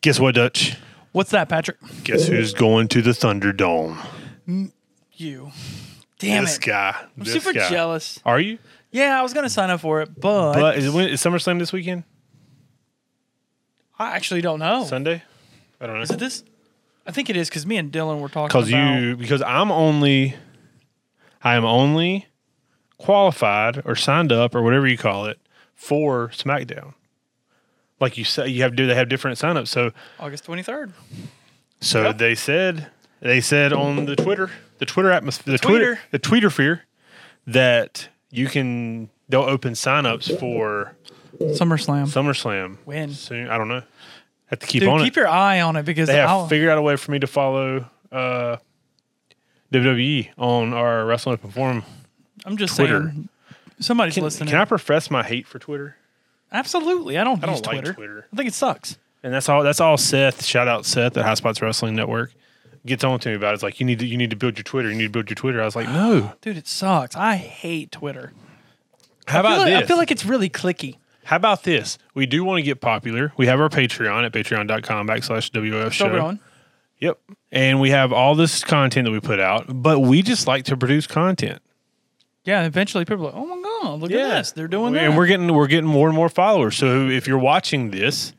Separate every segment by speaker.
Speaker 1: Guess what, Dutch?
Speaker 2: What's that, Patrick?
Speaker 1: Guess who's going to the Thunderdome?
Speaker 2: You. Damn
Speaker 1: this
Speaker 2: it.
Speaker 1: guy.
Speaker 2: I'm
Speaker 1: this
Speaker 2: super
Speaker 1: guy.
Speaker 2: jealous.
Speaker 1: Are you?
Speaker 2: Yeah, I was gonna sign up for it, but,
Speaker 1: But is, it, when, is SummerSlam this weekend?
Speaker 2: I actually don't know.
Speaker 1: Sunday? I don't know.
Speaker 2: Is it this? I think it is because me and Dylan were talking
Speaker 1: because
Speaker 2: about.
Speaker 1: you because I'm only I am only qualified or signed up or whatever you call it for SmackDown. Like you said, you have do they have different signups. So
Speaker 2: August 23rd.
Speaker 1: so
Speaker 2: Yeah.
Speaker 1: they said they said on the Twitter the Twitter atmosphere the, Twitter
Speaker 2: tweeter.
Speaker 1: the Twitter fear that you can they'll open signups for
Speaker 2: SummerSlam.
Speaker 1: SummerSlam
Speaker 2: When?
Speaker 1: soon. I don't know. Have to keep
Speaker 2: Dude,
Speaker 1: on it.
Speaker 2: keep your eye on it because
Speaker 1: they have
Speaker 2: I'll,
Speaker 1: figured out a way for me to follow uh, WWE on our Wrestling Open Forum.
Speaker 2: I'm just
Speaker 1: Twitter.
Speaker 2: saying. Somebody's listening.
Speaker 1: Can I profess my hate for Twitter?
Speaker 2: Absolutely. I don't,
Speaker 1: I don't
Speaker 2: use
Speaker 1: like
Speaker 2: Twitter.
Speaker 1: Twitter.
Speaker 2: I think it sucks.
Speaker 1: And that's all. That's all. Seth, shout out Seth at High Spots Wrestling Network, gets on to me about. It. It's like you need to you need to build your Twitter. You need to build your Twitter. I was like, no.
Speaker 2: Dude, it sucks. I hate Twitter.
Speaker 1: How
Speaker 2: I
Speaker 1: about
Speaker 2: feel, like,
Speaker 1: this?
Speaker 2: I feel like it's really clicky.
Speaker 1: How about this? We do want to get popular. We have our Patreon at patreon.com backslash WOF show.
Speaker 2: Still growing.
Speaker 1: Yep. And we have all this content that we put out, but we just like to produce content.
Speaker 2: Yeah, eventually people are like, oh my God, look at this. They're doing
Speaker 1: We-
Speaker 2: that.
Speaker 1: And we're getting we're getting more and more followers. So if you're watching this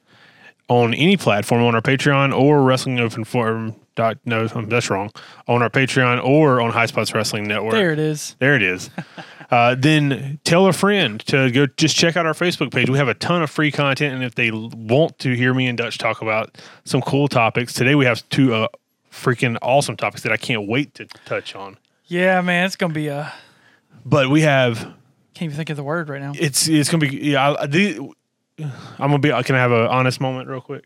Speaker 1: on any platform on our Patreon or Wrestling Open Forum dot no that's wrong on our Patreon or on High Spots Wrestling Network.
Speaker 2: there it is.
Speaker 1: There it is. uh, then tell a friend to go just check out our Facebook page. We have a ton of free content, and if they l- want to hear me and Dutch talk about some cool topics today, we have two uh, freaking awesome topics that I can't wait to touch on.
Speaker 2: Yeah, man, it's going to be a.
Speaker 1: But we have
Speaker 2: Can't even think of the word right now.
Speaker 1: It's it's gonna be yeah. I, I, the, I'm gonna be. Can I have an honest moment real quick?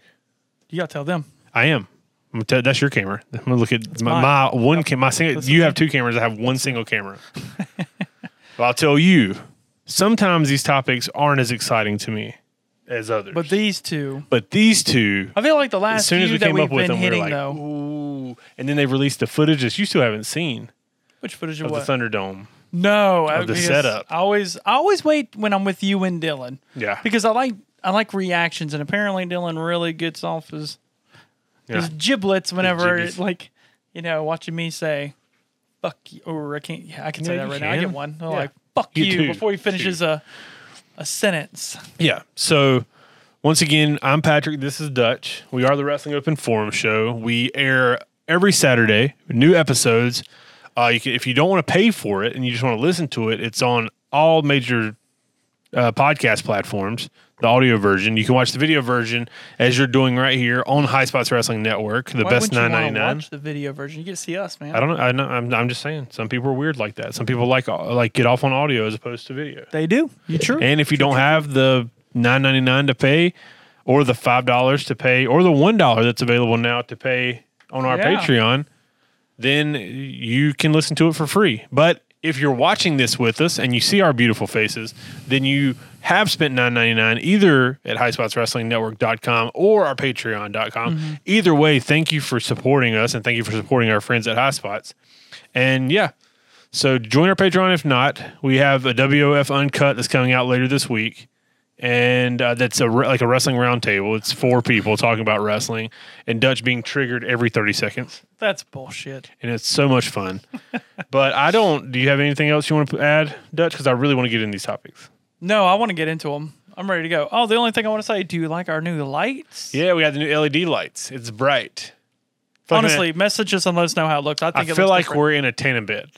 Speaker 2: You got to tell them.
Speaker 1: I am. I'm gonna tell, that's your camera. I'm gonna look at my,
Speaker 2: mine.
Speaker 1: my one. Cam, my single. You have two cameras. I have one single camera. well, I'll tell you. Sometimes these topics aren't as exciting to me as others.
Speaker 2: But these two,
Speaker 1: but these two.
Speaker 2: I feel like the last
Speaker 1: As soon
Speaker 2: few
Speaker 1: as we
Speaker 2: that
Speaker 1: came
Speaker 2: we've
Speaker 1: up with them,
Speaker 2: been
Speaker 1: we were
Speaker 2: hitting
Speaker 1: like,
Speaker 2: though.
Speaker 1: "Ooh!" And then they released the footage that you still haven't seen
Speaker 2: Which footage of
Speaker 1: of
Speaker 2: what?
Speaker 1: the Thunderdome.
Speaker 2: no, I-
Speaker 1: the
Speaker 2: because
Speaker 1: setup.
Speaker 2: I always, I always wait when I'm with you and Dylan
Speaker 1: Yeah,
Speaker 2: because I like, I like reactions, and apparently Dylan really gets off his, his
Speaker 1: Yeah.
Speaker 2: giblets whenever,
Speaker 1: jibbies.
Speaker 2: like, you know, watching me say, "fuck you," or I can't, yeah, I can say
Speaker 1: Yeah,
Speaker 2: that
Speaker 1: you
Speaker 2: right now. I
Speaker 1: can.
Speaker 2: get one. They're
Speaker 1: Yeah.
Speaker 2: like, "fuck
Speaker 1: You
Speaker 2: you,",
Speaker 1: two.
Speaker 2: before he finishes a, a sentence.
Speaker 1: Yeah. So once again, I'm Patrick. This is Dutch. We are the Wrestling Open Forum Show. We air every Saturday new episodes. Uh, you can, if you don't want to pay for it and you just want to listen to it, it's on all major uh, podcast platforms. The audio version. You can watch the video version as you're doing right here on High Spots Wrestling Network. The
Speaker 2: Why
Speaker 1: best
Speaker 2: wouldn't you
Speaker 1: nine
Speaker 2: wanna
Speaker 1: ninety nine.
Speaker 2: Watch the video version. You get to see us, man.
Speaker 1: I don't know. I know I'm, I'm just saying. Some people are weird like that. Some people like like get off on audio as opposed to video.
Speaker 2: They do. You true?
Speaker 1: And if you don't have the nine ninety nine to pay, or the five dollars to pay, or the one dollar that's available now to pay on our
Speaker 2: Yeah.
Speaker 1: Patreon, then you can listen to it for free. But if you're watching this with us and you see our beautiful faces, then you have spent nine ninety nine either at highspotswrestlingnetwork.com or our patreon.com. Either way, thank you for supporting us and thank you for supporting our friends at High Spots. And yeah, so join our Patreon if not. We have a WOF Uncut that's coming out later this week. And uh, that's a re- like a wrestling roundtable. It's four people talking about wrestling and Dutch being triggered every 30 seconds.
Speaker 2: That's bullshit.
Speaker 1: And it's so much fun. but I don't. Do you have anything else you want to add, Dutch? Because I really want to get in these topics.
Speaker 2: No, I want to get into them. I'm ready to go. Oh, the only thing I want to say, do you like our new lights?
Speaker 1: Yeah, we got the new LED lights. It's bright. Fucking-
Speaker 2: Honestly, message us and let us know how it looks. I
Speaker 1: I
Speaker 2: think it
Speaker 1: feel
Speaker 2: looks
Speaker 1: like
Speaker 2: different.
Speaker 1: we're in a tanning bed.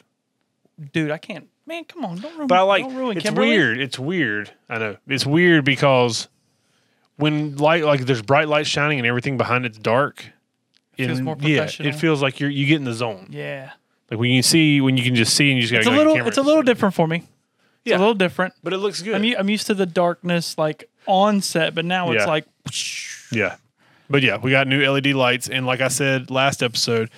Speaker 2: dude. I can't. Man, come on, don't ruin.
Speaker 1: But I like
Speaker 2: don't ruin
Speaker 1: it's
Speaker 2: Kimberly.
Speaker 1: weird. It's weird. I know. It's weird because when light like there's bright light shining and everything behind it's dark. It
Speaker 2: feels more
Speaker 1: Yeah,
Speaker 2: professional.
Speaker 1: it feels like you're you get in the zone.
Speaker 2: Yeah,
Speaker 1: Like when you see when you can just see and you just gotta
Speaker 2: it's a
Speaker 1: go
Speaker 2: little.
Speaker 1: Camera.
Speaker 2: It's a little different for me. It's
Speaker 1: Yeah.
Speaker 2: a little different.
Speaker 1: but it looks good.
Speaker 2: I'm, u- I'm used to the darkness like on set, but now it's
Speaker 1: Yeah.
Speaker 2: like
Speaker 1: yeah. But yeah, we got new LED lights and like I said last episode,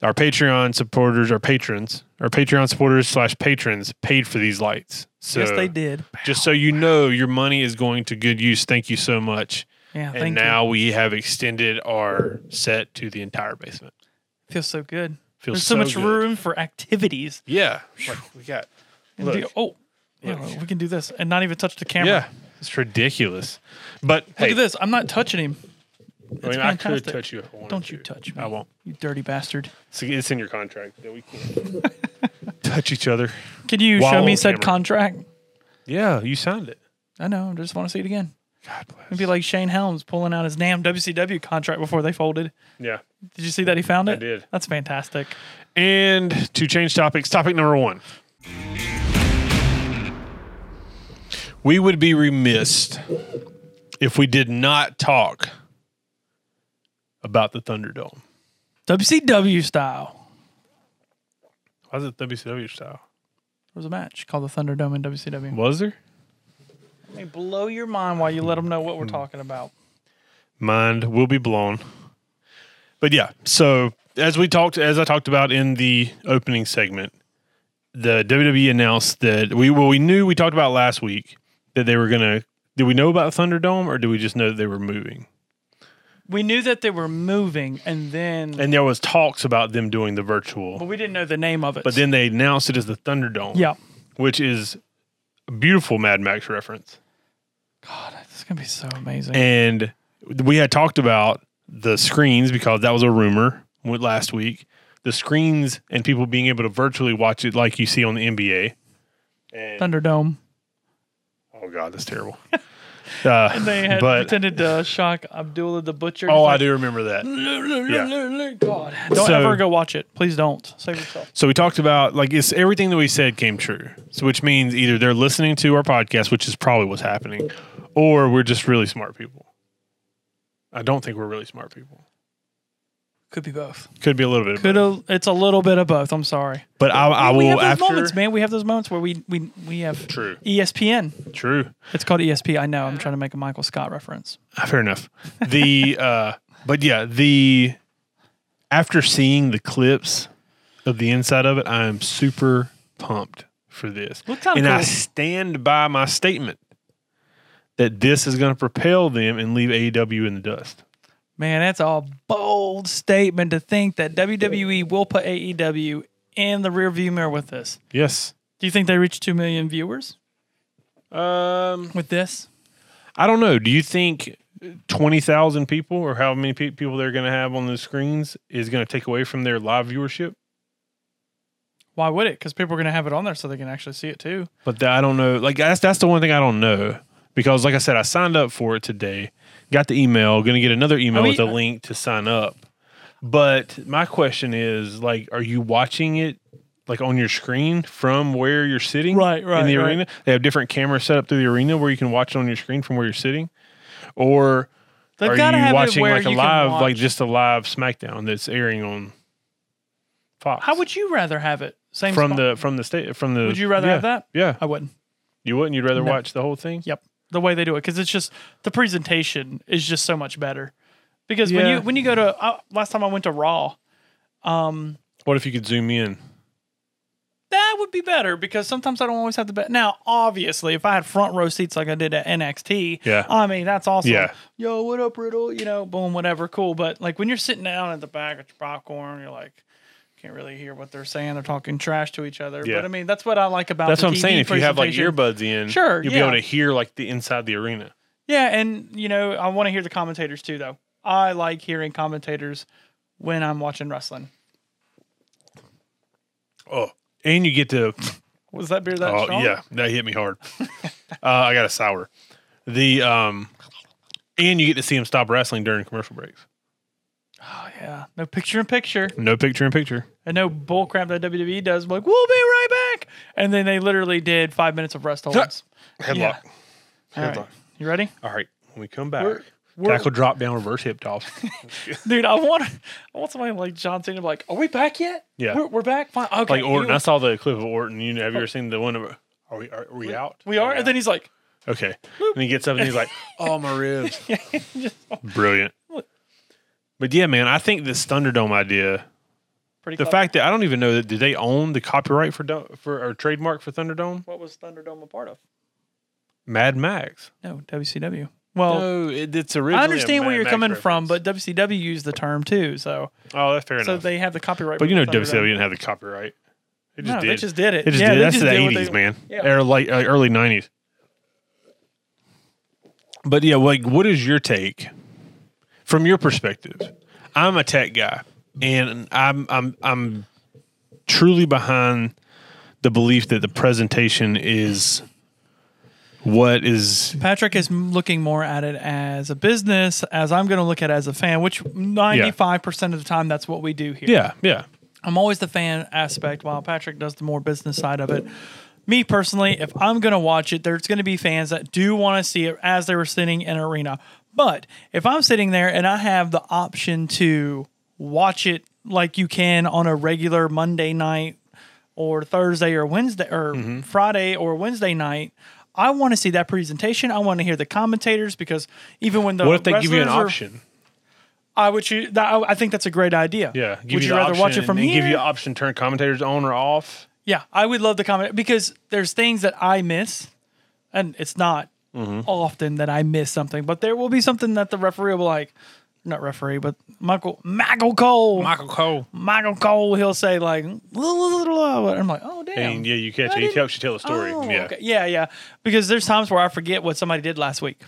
Speaker 1: our Patreon supporters, our patrons, our Patreon supporters slash patrons paid for these lights. So
Speaker 2: yes, they did.
Speaker 1: Just so you know, your money is going to good use. Thank you so much.
Speaker 2: Yeah,
Speaker 1: and
Speaker 2: thank
Speaker 1: now we have extended our set to the entire basement.
Speaker 2: you. Feels so good.
Speaker 1: Feels
Speaker 2: There's so,
Speaker 1: so
Speaker 2: much
Speaker 1: good.
Speaker 2: room for activities.
Speaker 1: Yeah, like we got.
Speaker 2: And
Speaker 1: Look.
Speaker 2: do- oh, yeah,
Speaker 1: Look.
Speaker 2: we can do this and not even touch the camera.
Speaker 1: Yeah, it's ridiculous. But
Speaker 2: Look
Speaker 1: hey,
Speaker 2: at this. I'm not touching him.
Speaker 1: I mean, I could
Speaker 2: fantastic.
Speaker 1: touch you. If I wanted
Speaker 2: Don't you
Speaker 1: to.
Speaker 2: touch me.
Speaker 1: I won't.
Speaker 2: You dirty bastard.
Speaker 1: It's, it's in your contract that we can't touch each other.
Speaker 2: Can you
Speaker 1: While
Speaker 2: show me
Speaker 1: on
Speaker 2: said
Speaker 1: camera.
Speaker 2: contract?
Speaker 1: Yeah, you signed it.
Speaker 2: I know. I just want to see it again.
Speaker 1: God bless.
Speaker 2: It'd be like Shane Helms pulling out his damn WCW contract before they folded.
Speaker 1: yeah.
Speaker 2: Did you see that he found it?
Speaker 1: did.
Speaker 2: That's fantastic.
Speaker 1: And to change topics, topic number one. We would be remiss if we did not talk about the Thunderdome.
Speaker 2: WCW style.
Speaker 1: Why is it WCW style?
Speaker 2: There was a match called the Thunderdome in WCW.
Speaker 1: Was there?
Speaker 2: Let me blow your mind while you let them know what we're talking about.
Speaker 1: mind will be blown. But yeah, so as we talked, as I talked about in the opening segment, the WWE announced that we well we knew we talked about last week that they were gonna. Did we know about Thunderdome or did we just know that they were moving?
Speaker 2: We knew that they were moving, and then
Speaker 1: And there was talks about them doing the
Speaker 2: but
Speaker 1: virtual,
Speaker 2: we didn't know the name of it.
Speaker 1: but then they announced it as the Thunderdome,
Speaker 2: yeah,
Speaker 1: which is a beautiful Mad Max reference.
Speaker 2: God, this is gonna be so amazing.
Speaker 1: And we had talked about the screens because that was a rumor with last week. The screens and people being able to virtually watch it like you see on the NBA. And,
Speaker 2: Thunderdome.
Speaker 1: oh God, that's terrible. Uh,
Speaker 2: And they had
Speaker 1: but
Speaker 2: pretended to shock Abdullah the Butcher.
Speaker 1: oh,
Speaker 2: He's
Speaker 1: I
Speaker 2: like,
Speaker 1: do remember that. Yeah.
Speaker 2: God, don't
Speaker 1: So-
Speaker 2: ever go watch it. Please don't save yourself.
Speaker 1: So we talked about like it's everything that we said came true. So which means either they're listening to our podcast, which is probably what's happening, or we're just really smart people. I don't think we're really smart people.
Speaker 2: Could be both.
Speaker 1: Could be a little bit, of
Speaker 2: Could
Speaker 1: both.
Speaker 2: a, it's a little bit of both. I'm sorry.
Speaker 1: but I, I
Speaker 2: we have
Speaker 1: will
Speaker 2: those
Speaker 1: after.
Speaker 2: moments, man. We have those moments where we we we have E
Speaker 1: True,
Speaker 2: ESPN.
Speaker 1: true.
Speaker 2: It's called ESP. I know. I'm trying to make a Michael Scott reference.
Speaker 1: fair enough. The uh but yeah, the after seeing the clips of the inside of it, I am super pumped for this.
Speaker 2: Looks kinda
Speaker 1: and I
Speaker 2: cool.
Speaker 1: stand by my statement that this is going to propel them and leave AEW in the dust.
Speaker 2: Man, that's a bold statement to think that WWE will put AEW in the rearview mirror with this.
Speaker 1: Yes.
Speaker 2: Do you think they reach two million viewers
Speaker 1: Um
Speaker 2: with this?
Speaker 1: I don't know. Do you think 20,000 people or how many pe- people they're going to have on the screens is going to take away from their live viewership?
Speaker 2: Why would it? Because people are going to have it on there so they can actually see it too.
Speaker 1: But the, I don't know. Like that's that's the one thing I don't know because, like I said, I signed up for it today. Got the email. Going to get another email
Speaker 2: I mean-
Speaker 1: with a link to sign up. But my question is, like, are you watching it like on your screen from where you're sitting?
Speaker 2: Right, right,
Speaker 1: In the
Speaker 2: right.
Speaker 1: arena, they have different cameras set up through the arena where you can watch it on your screen from where you're sitting, or
Speaker 2: They've
Speaker 1: are
Speaker 2: gotta
Speaker 1: you
Speaker 2: have it
Speaker 1: watching
Speaker 2: where
Speaker 1: like a
Speaker 2: you can
Speaker 1: live, like
Speaker 2: watch-
Speaker 1: just a live SmackDown that's airing on Fox?
Speaker 2: How would you rather have it? Same
Speaker 1: from
Speaker 2: spot?
Speaker 1: the from the state from the?
Speaker 2: Would you rather
Speaker 1: yeah,
Speaker 2: have that?
Speaker 1: Yeah,
Speaker 2: I wouldn't.
Speaker 1: you wouldn't. You'd rather
Speaker 2: No.
Speaker 1: watch the whole thing.
Speaker 2: Yep. The way they do it, because it's just the presentation is just so much better. Because when
Speaker 1: Yeah.
Speaker 2: you when you go to uh, last time I went to Raw, um,
Speaker 1: What if you could zoom in?
Speaker 2: that would be better because sometimes I don't always have the best. Now, obviously, if I had front row seats like I did at NXT,
Speaker 1: Yeah.
Speaker 2: I mean that's awesome.
Speaker 1: Yeah.
Speaker 2: Yo, what up, Riddle? You know, boom, whatever, cool. But like when you're sitting down at the back with your popcorn, you're like. Can't really hear what they're saying. They're talking trash to each other.
Speaker 1: Yeah.
Speaker 2: But I mean, that's what I like about
Speaker 1: That's
Speaker 2: the
Speaker 1: what I'm
Speaker 2: TV
Speaker 1: saying. If you have like
Speaker 2: presentation.
Speaker 1: earbuds in,
Speaker 2: Sure,
Speaker 1: you'll
Speaker 2: yeah.
Speaker 1: be able to hear like the inside the arena.
Speaker 2: Yeah, and you know, I want to hear the commentators too though. I like hearing commentators when I'm watching wrestling.
Speaker 1: Oh, and you get to.
Speaker 2: Was that beer that
Speaker 1: Oh
Speaker 2: strong?
Speaker 1: yeah, that hit me hard. uh, I got a sour. The um, and you get to see him stop wrestling during commercial breaks.
Speaker 2: Oh yeah. No picture in picture.
Speaker 1: No picture in picture.
Speaker 2: And no bullcrap that WWE does like, we'll be right back. And then they literally did five minutes of rest holds.
Speaker 1: Headlock.
Speaker 2: All right.
Speaker 1: Headlock.
Speaker 2: You ready?
Speaker 1: All right. When we come back,
Speaker 2: We're- we're-
Speaker 1: tackle drop down reverse hip toss.
Speaker 2: Dude, I want I want somebody like John Cena to be like, Are we back yet?
Speaker 1: Yeah.
Speaker 2: We're, we're back? Fine. Okay.
Speaker 1: like Orton.
Speaker 2: you-
Speaker 1: I saw the clip of Orton. You know, have you ever seen the one of? Are we are, are we out?
Speaker 2: we are.
Speaker 1: out?
Speaker 2: And then he's like,
Speaker 1: Okay. And he gets up and he's like, "Oh my ribs!"
Speaker 2: just
Speaker 1: Brilliant.
Speaker 2: What?
Speaker 1: But yeah, man, I think this Thunderdome idea,
Speaker 2: pretty
Speaker 1: the
Speaker 2: clever.
Speaker 1: fact that I don't even know that did they own the copyright for Do- for or trademark for Thunderdome?
Speaker 2: what was Thunderdome a part of?
Speaker 1: Mad Max.
Speaker 2: No, WCW. Well,
Speaker 1: no, it, it's originally.
Speaker 2: I
Speaker 1: a
Speaker 2: understand where
Speaker 1: Mad
Speaker 2: you're
Speaker 1: Max
Speaker 2: coming from,
Speaker 1: reference.
Speaker 2: but WCW used the term too, so
Speaker 1: oh, that's fair
Speaker 2: so
Speaker 1: enough.
Speaker 2: they have the copyright.
Speaker 1: but you know,
Speaker 2: with
Speaker 1: WCW
Speaker 2: Thunderdome.
Speaker 1: didn't have the copyright. It just
Speaker 2: no,
Speaker 1: did.
Speaker 2: they just did it.
Speaker 1: it just
Speaker 2: yeah,
Speaker 1: did.
Speaker 2: they
Speaker 1: That's
Speaker 2: just
Speaker 1: the
Speaker 2: did what
Speaker 1: '80s,
Speaker 2: they-
Speaker 1: man.
Speaker 2: Yeah.
Speaker 1: Or like uh, early '90s. But yeah, like, what is your take? from your perspective, I'm a tech guy, and I'm I'm I'm truly behind the belief that the presentation is what is
Speaker 2: Patrick is m- looking more at it as a business, as I'm going to look at it as a fan, which 95% of the time, that's what we do here.
Speaker 1: yeah yeah
Speaker 2: I'm always the fan aspect while Patrick does the more business side of it. Me personally, if I'm going to watch it, there's going to be fans that do want to see it as they were sitting in an arena. But if I'm sitting there and I have the option to watch it like you can on a regular Monday night or Thursday or Wednesday or
Speaker 1: Mm-hmm.
Speaker 2: Friday or Wednesday night, I want to see that presentation. I want to hear the commentators because even when the
Speaker 1: what if they give you an
Speaker 2: wrestlers are-
Speaker 1: option
Speaker 2: I would choose. That, I I think that's a great idea.
Speaker 1: yeah give
Speaker 2: would you
Speaker 1: the
Speaker 2: rather watch
Speaker 1: option
Speaker 2: it from
Speaker 1: and
Speaker 2: here?
Speaker 1: give you option turn commentators on or off
Speaker 2: Yeah, I would love to comment because there's things that I miss, and it's not
Speaker 1: Mm-hmm.
Speaker 2: often that I miss something, but there will be something that the referee will be like, not referee, but Michael Michael Cole,
Speaker 1: Michael Cole
Speaker 2: Michael Cole. He'll say like, "Blah, blah, blah, blah," and I'm like, oh damn,
Speaker 1: and yeah you catch it
Speaker 2: I
Speaker 1: he
Speaker 2: didn't-
Speaker 1: tells you tell a story
Speaker 2: Oh,
Speaker 1: yeah
Speaker 2: okay. yeah, yeah, because there's times where I forget what somebody did last week.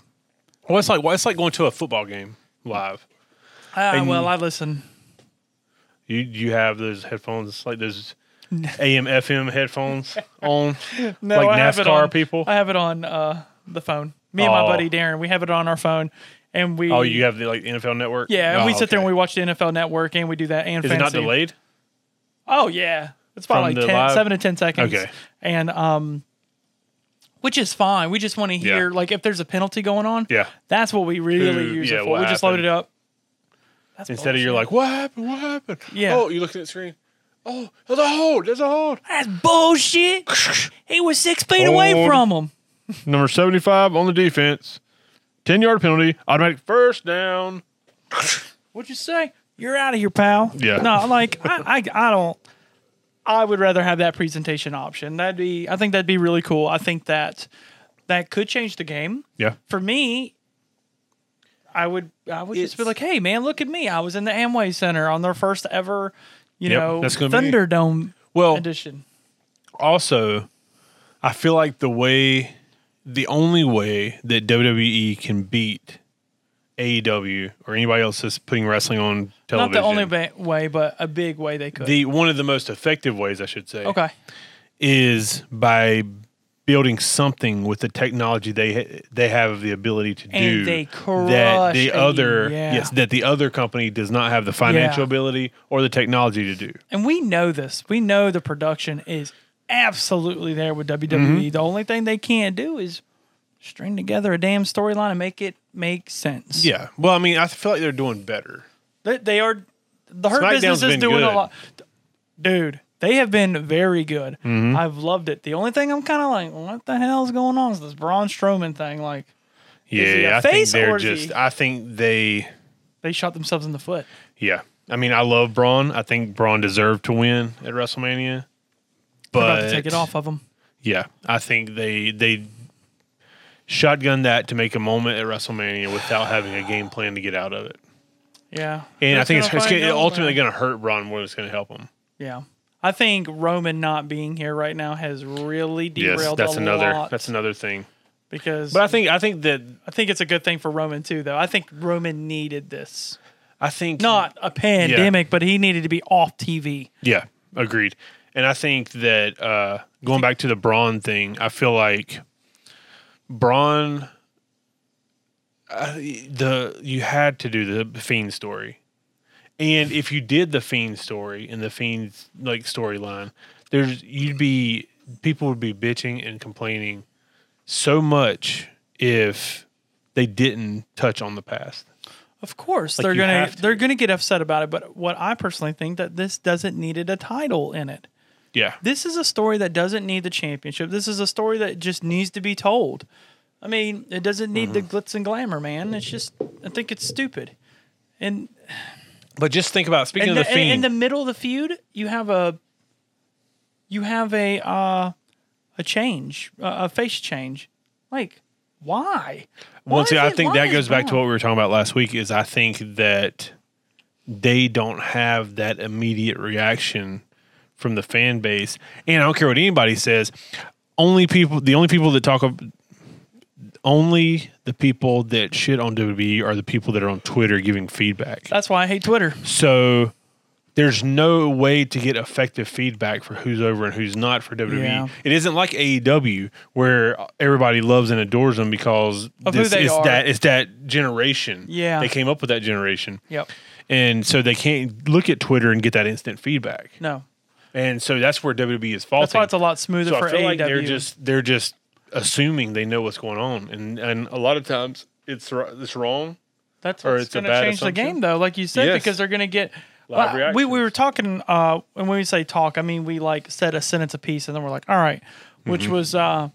Speaker 1: well it's like well, it's like going to a football game live
Speaker 2: Ah, well, I listen.
Speaker 1: you you have those headphones like those AM FM headphones on
Speaker 2: No,
Speaker 1: like
Speaker 2: I have it
Speaker 1: NASCAR
Speaker 2: on-
Speaker 1: people
Speaker 2: I have it on uh, the phone. Me and my
Speaker 1: Oh.
Speaker 2: buddy Darren, we have it on our phone, and we
Speaker 1: oh you have the like NFL network
Speaker 2: Yeah,
Speaker 1: oh,
Speaker 2: and we sit there and
Speaker 1: okay.
Speaker 2: we watch the NFL Network, and we do that. And
Speaker 1: is it
Speaker 2: fancy.
Speaker 1: not delayed
Speaker 2: Oh yeah, it's probably
Speaker 1: From
Speaker 2: like
Speaker 1: the
Speaker 2: 10,
Speaker 1: live-
Speaker 2: seven to ten seconds.
Speaker 1: Okay.
Speaker 2: and um, which is fine. We just want to hear like if there's a penalty going on.
Speaker 1: yeah
Speaker 2: that's what we really
Speaker 1: Who-
Speaker 2: use
Speaker 1: yeah,
Speaker 2: it for. We
Speaker 1: what
Speaker 2: just load
Speaker 1: happened?
Speaker 2: it up. That's
Speaker 1: Instead of you're like, what happened? What happened?
Speaker 2: Yeah.
Speaker 1: Oh, you looking at the screen. Oh, there's a hold. There's a hold.
Speaker 2: that's bullshit. he was six feet away
Speaker 1: Hold.
Speaker 2: from him.
Speaker 1: Number 75 on the defense. 10 yard penalty. Automatic first down.
Speaker 2: What'd you say? You're out of here, pal.
Speaker 1: Yeah.
Speaker 2: No, like I, I, I don't. I would rather have that presentation option. That'd be. I think that'd be really cool. I think that that could change the game.
Speaker 1: Yeah.
Speaker 2: for me, I would I would just be
Speaker 1: It's-
Speaker 2: like, hey man, look at me. I was in the Amway Center on their first ever, you
Speaker 1: Yep,
Speaker 2: know,
Speaker 1: that's gonna be Oh. me.
Speaker 2: Thunderdome
Speaker 1: Well,
Speaker 2: edition.
Speaker 1: also, I feel like the way, the only way that WWE can beat AEW or anybody else that's putting wrestling on
Speaker 2: Not
Speaker 1: television,
Speaker 2: the only ba- way, but a big way they could.
Speaker 1: the one of the most effective ways, I should say,
Speaker 2: okay.
Speaker 1: is by building something with the technology they ha- they have the ability to
Speaker 2: And
Speaker 1: do
Speaker 2: they
Speaker 1: that the
Speaker 2: crush
Speaker 1: other
Speaker 2: AEW, yeah.
Speaker 1: yes that the other company does not have the financial
Speaker 2: Yeah.
Speaker 1: ability or the technology to do.
Speaker 2: And we know this. We know the production is absolutely there with WWE.
Speaker 1: Mm-hmm.
Speaker 2: The only thing they can't do is string together a damn storyline and make it make sense.
Speaker 1: Yeah. Well, I mean, I feel like they're doing better.
Speaker 2: They, they are the hurt
Speaker 1: SmackDown's
Speaker 2: business is
Speaker 1: been
Speaker 2: doing
Speaker 1: good.
Speaker 2: a lot. Dude, they have been very good.
Speaker 1: Mm-hmm.
Speaker 2: I've loved it. The only thing I'm kind of like, what the hell's going on? Is this Braun Strowman thing? Like
Speaker 1: Yeah,
Speaker 2: he a
Speaker 1: I think
Speaker 2: face
Speaker 1: they're
Speaker 2: or is he-
Speaker 1: just. I think they.
Speaker 2: they shot themselves in the foot.
Speaker 1: Yeah. I mean, I love Braun. I think Braun deserved to win at WrestleMania. But
Speaker 2: They're about to take it off of them.
Speaker 1: Yeah, I think they they shotgun that to make a moment at WrestleMania without having a game plan to get out of it.
Speaker 2: Yeah,
Speaker 1: And I
Speaker 2: That's
Speaker 1: think it's,
Speaker 2: gonna
Speaker 1: it's
Speaker 2: find
Speaker 1: gonna,
Speaker 2: out,
Speaker 1: ultimately
Speaker 2: man.
Speaker 1: going to hurt Braun more than it's going to help him.
Speaker 2: Yeah, I think Roman not being here right now has really derailed.
Speaker 1: Yes, that's
Speaker 2: a
Speaker 1: another
Speaker 2: lot
Speaker 1: that's another thing.
Speaker 2: because
Speaker 1: But I think I think that
Speaker 2: I think it's a good thing for Roman too, though. I think Roman needed this,
Speaker 1: I think
Speaker 2: not a pandemic, but he needed to be off TV.
Speaker 1: Yeah, agreed. And I think that uh, going back to the Braun thing, I feel like Braun, uh, the you had to do the Fiend story, and if you did the Fiend story and the Fiend like storyline, there's you'd be people would be bitching and complaining so much if they didn't touch on the past.
Speaker 2: Of course,
Speaker 1: Like,
Speaker 2: they're
Speaker 1: you
Speaker 2: gonna
Speaker 1: have to.
Speaker 2: they're gonna get upset about it. But what I personally think that this doesn't needed a title in it.
Speaker 1: Yeah,
Speaker 2: This is a story that doesn't need the championship. This is a story that just needs to be told. I mean, it doesn't need the
Speaker 1: Mm-hmm.
Speaker 2: glitz and glamour, man. It's just I think it's stupid. And
Speaker 1: but just think about speaking
Speaker 2: in
Speaker 1: of
Speaker 2: the,
Speaker 1: the
Speaker 2: in-
Speaker 1: Fiend.
Speaker 2: in the middle of the feud, you have a you have a uh, a change, a a face change. Like why? Why
Speaker 1: Well, see,
Speaker 2: is
Speaker 1: I
Speaker 2: it-
Speaker 1: think
Speaker 2: why
Speaker 1: that
Speaker 2: is
Speaker 1: goes back to
Speaker 2: Braun-
Speaker 1: what we were talking about last week. Is I think that they don't have that immediate reaction from the fan base, and I don't care what anybody says. Only people, the only people that talk, of, only the people that shit on WWE are the people that are on Twitter giving feedback.
Speaker 2: That's why I hate Twitter.
Speaker 1: So there's no way to get effective feedback for who's over and who's not for WWE.
Speaker 2: Yeah.
Speaker 1: It isn't like AEW where everybody loves and adores them because
Speaker 2: Of who they
Speaker 1: it's
Speaker 2: are.
Speaker 1: that it's that generation.
Speaker 2: Yeah.
Speaker 1: They came up with that generation.
Speaker 2: Yep.
Speaker 1: And so they can't look at Twitter and get that instant feedback.
Speaker 2: No.
Speaker 1: And so that's where WWE is faulting.
Speaker 2: That's why it's a lot smoother
Speaker 1: So
Speaker 2: for E
Speaker 1: I feel
Speaker 2: AEW.
Speaker 1: like they're just they're just assuming they know what's going on, and and a lot of times it's r- it's wrong.
Speaker 2: That's
Speaker 1: Or
Speaker 2: what's
Speaker 1: it's a
Speaker 2: going to
Speaker 1: bad
Speaker 2: change the
Speaker 1: assumption?
Speaker 2: game, though, like you said,
Speaker 1: Yes.
Speaker 2: because they're going to get.
Speaker 1: Live
Speaker 2: Well, we, we were
Speaker 1: reactions.
Speaker 2: talking, uh, and when we say talk, I mean we like said a sentence a piece, and then we're like, all right, which
Speaker 1: Mm-hmm.
Speaker 2: was, uh,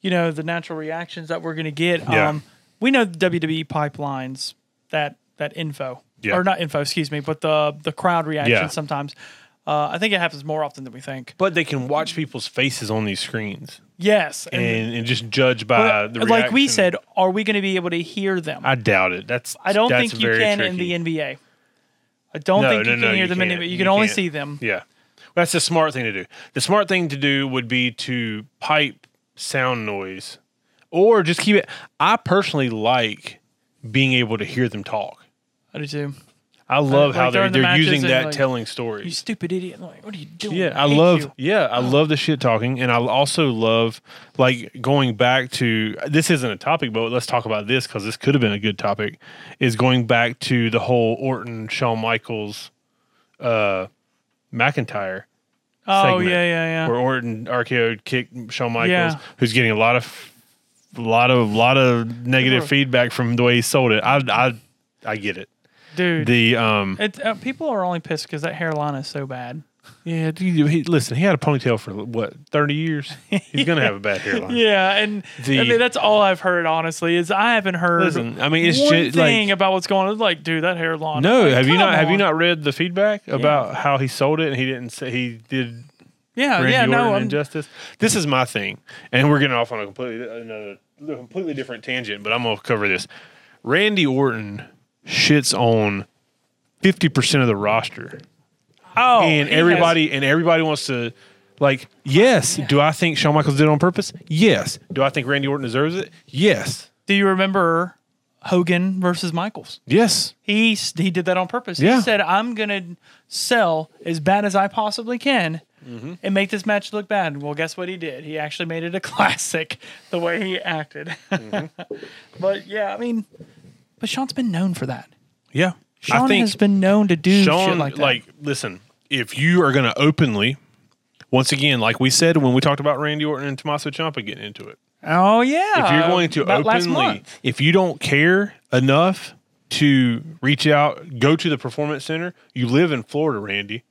Speaker 2: you know, the natural reactions that we're going to get.
Speaker 1: Yeah.
Speaker 2: Um, we know WWE E pipelines that that info
Speaker 1: Yeah.
Speaker 2: or not info, excuse me, but the the crowd reaction
Speaker 1: Yeah.
Speaker 2: sometimes. Uh, I think it happens more often than we think.
Speaker 1: But they can watch people's faces on these screens
Speaker 2: Yes, and,
Speaker 1: and, and just judge by
Speaker 2: but
Speaker 1: the
Speaker 2: like we
Speaker 1: reaction.
Speaker 2: said, are we going to be able to hear them?
Speaker 1: I doubt it. That's
Speaker 2: I don't
Speaker 1: that's
Speaker 2: think you
Speaker 1: very
Speaker 2: can
Speaker 1: tricky.
Speaker 2: in the NBA. I don't
Speaker 1: No,
Speaker 2: think
Speaker 1: no,
Speaker 2: you
Speaker 1: no,
Speaker 2: can hear
Speaker 1: you
Speaker 2: them in the
Speaker 1: can't.
Speaker 2: NBA. You
Speaker 1: You
Speaker 2: can only
Speaker 1: can't.
Speaker 2: see them.
Speaker 1: Yeah, that's the smart thing to do. The smart thing to do would be to pipe sound noise, or just keep it. I personally like being able to hear them talk.
Speaker 2: I do too.
Speaker 1: I love
Speaker 2: like
Speaker 1: how they're
Speaker 2: during the
Speaker 1: they're
Speaker 2: matches
Speaker 1: using
Speaker 2: and,
Speaker 1: that
Speaker 2: like,
Speaker 1: telling stories.
Speaker 2: You stupid idiot. Like, what are you doing?
Speaker 1: Yeah, I
Speaker 2: hate
Speaker 1: love.
Speaker 2: you.
Speaker 1: Yeah, I love the shit talking, and I also love like going back to this isn't a topic, but let's talk about this because this could have been a good topic. Is going back to the whole Orton, Shawn Michaels, uh, McIntyre,
Speaker 2: Oh,
Speaker 1: segment
Speaker 2: yeah, yeah, yeah.
Speaker 1: where Orton RKO kicked Shawn Michaels,
Speaker 2: Yeah.
Speaker 1: who's getting a lot of, lot of, lot of negative
Speaker 2: Sure.
Speaker 1: feedback from the way he sold it. I, I, I get it.
Speaker 2: Dude,
Speaker 1: The um,
Speaker 2: it, uh, people are only pissed because that hairline is so bad.
Speaker 1: Yeah, dude, he, listen, he had a ponytail for what thirty years. He's gonna have a bad hairline.
Speaker 2: Yeah, and I
Speaker 1: The-
Speaker 2: mean that's all I've heard. Honestly, is I haven't heard.
Speaker 1: Listen, I mean, it's
Speaker 2: one
Speaker 1: just, like-
Speaker 2: thing about what's going on. Like, dude, that hairline.
Speaker 1: No,
Speaker 2: Like,
Speaker 1: have you
Speaker 2: come
Speaker 1: not? Have you
Speaker 2: on.
Speaker 1: not read the feedback about how he sold it and he didn't say he did
Speaker 2: Yeah,
Speaker 1: Randy
Speaker 2: Oh, yeah, no.
Speaker 1: Orton
Speaker 2: I'm,
Speaker 1: injustice? This is my thing, and we're getting off on a completely another a completely different tangent, but I'm gonna cover this. Randy Orton shits on fifty percent of the roster.
Speaker 2: oh,
Speaker 1: and
Speaker 2: he has-
Speaker 1: everybody and everybody wants to like yes do i think shawn michaels did it on purpose yes do i think randy orton deserves it yes
Speaker 2: do you remember Hogan versus Michaels?
Speaker 1: yes
Speaker 2: He s- he did that on purpose.
Speaker 1: Yeah.
Speaker 2: He said, "I'm gonna sell as bad as I possibly can."
Speaker 1: Mm-hmm.
Speaker 2: And make this match look bad. Well, guess what he did? He actually made it a classic the way he acted.
Speaker 1: Mm-hmm.
Speaker 2: but yeah, I mean, but Sean's been known for that.
Speaker 1: yeah
Speaker 2: Sean has been known to do
Speaker 1: Sean,
Speaker 2: shit like that.
Speaker 1: listen, if you are going to openly, once again, like we said when we talked about Randy Orton and Tommaso Ciampa getting into it,
Speaker 2: oh yeah,
Speaker 1: if you're going to
Speaker 2: about last
Speaker 1: openly,
Speaker 2: month.
Speaker 1: if you don't care enough to reach out, go to the performance center. You live in Florida, Randy.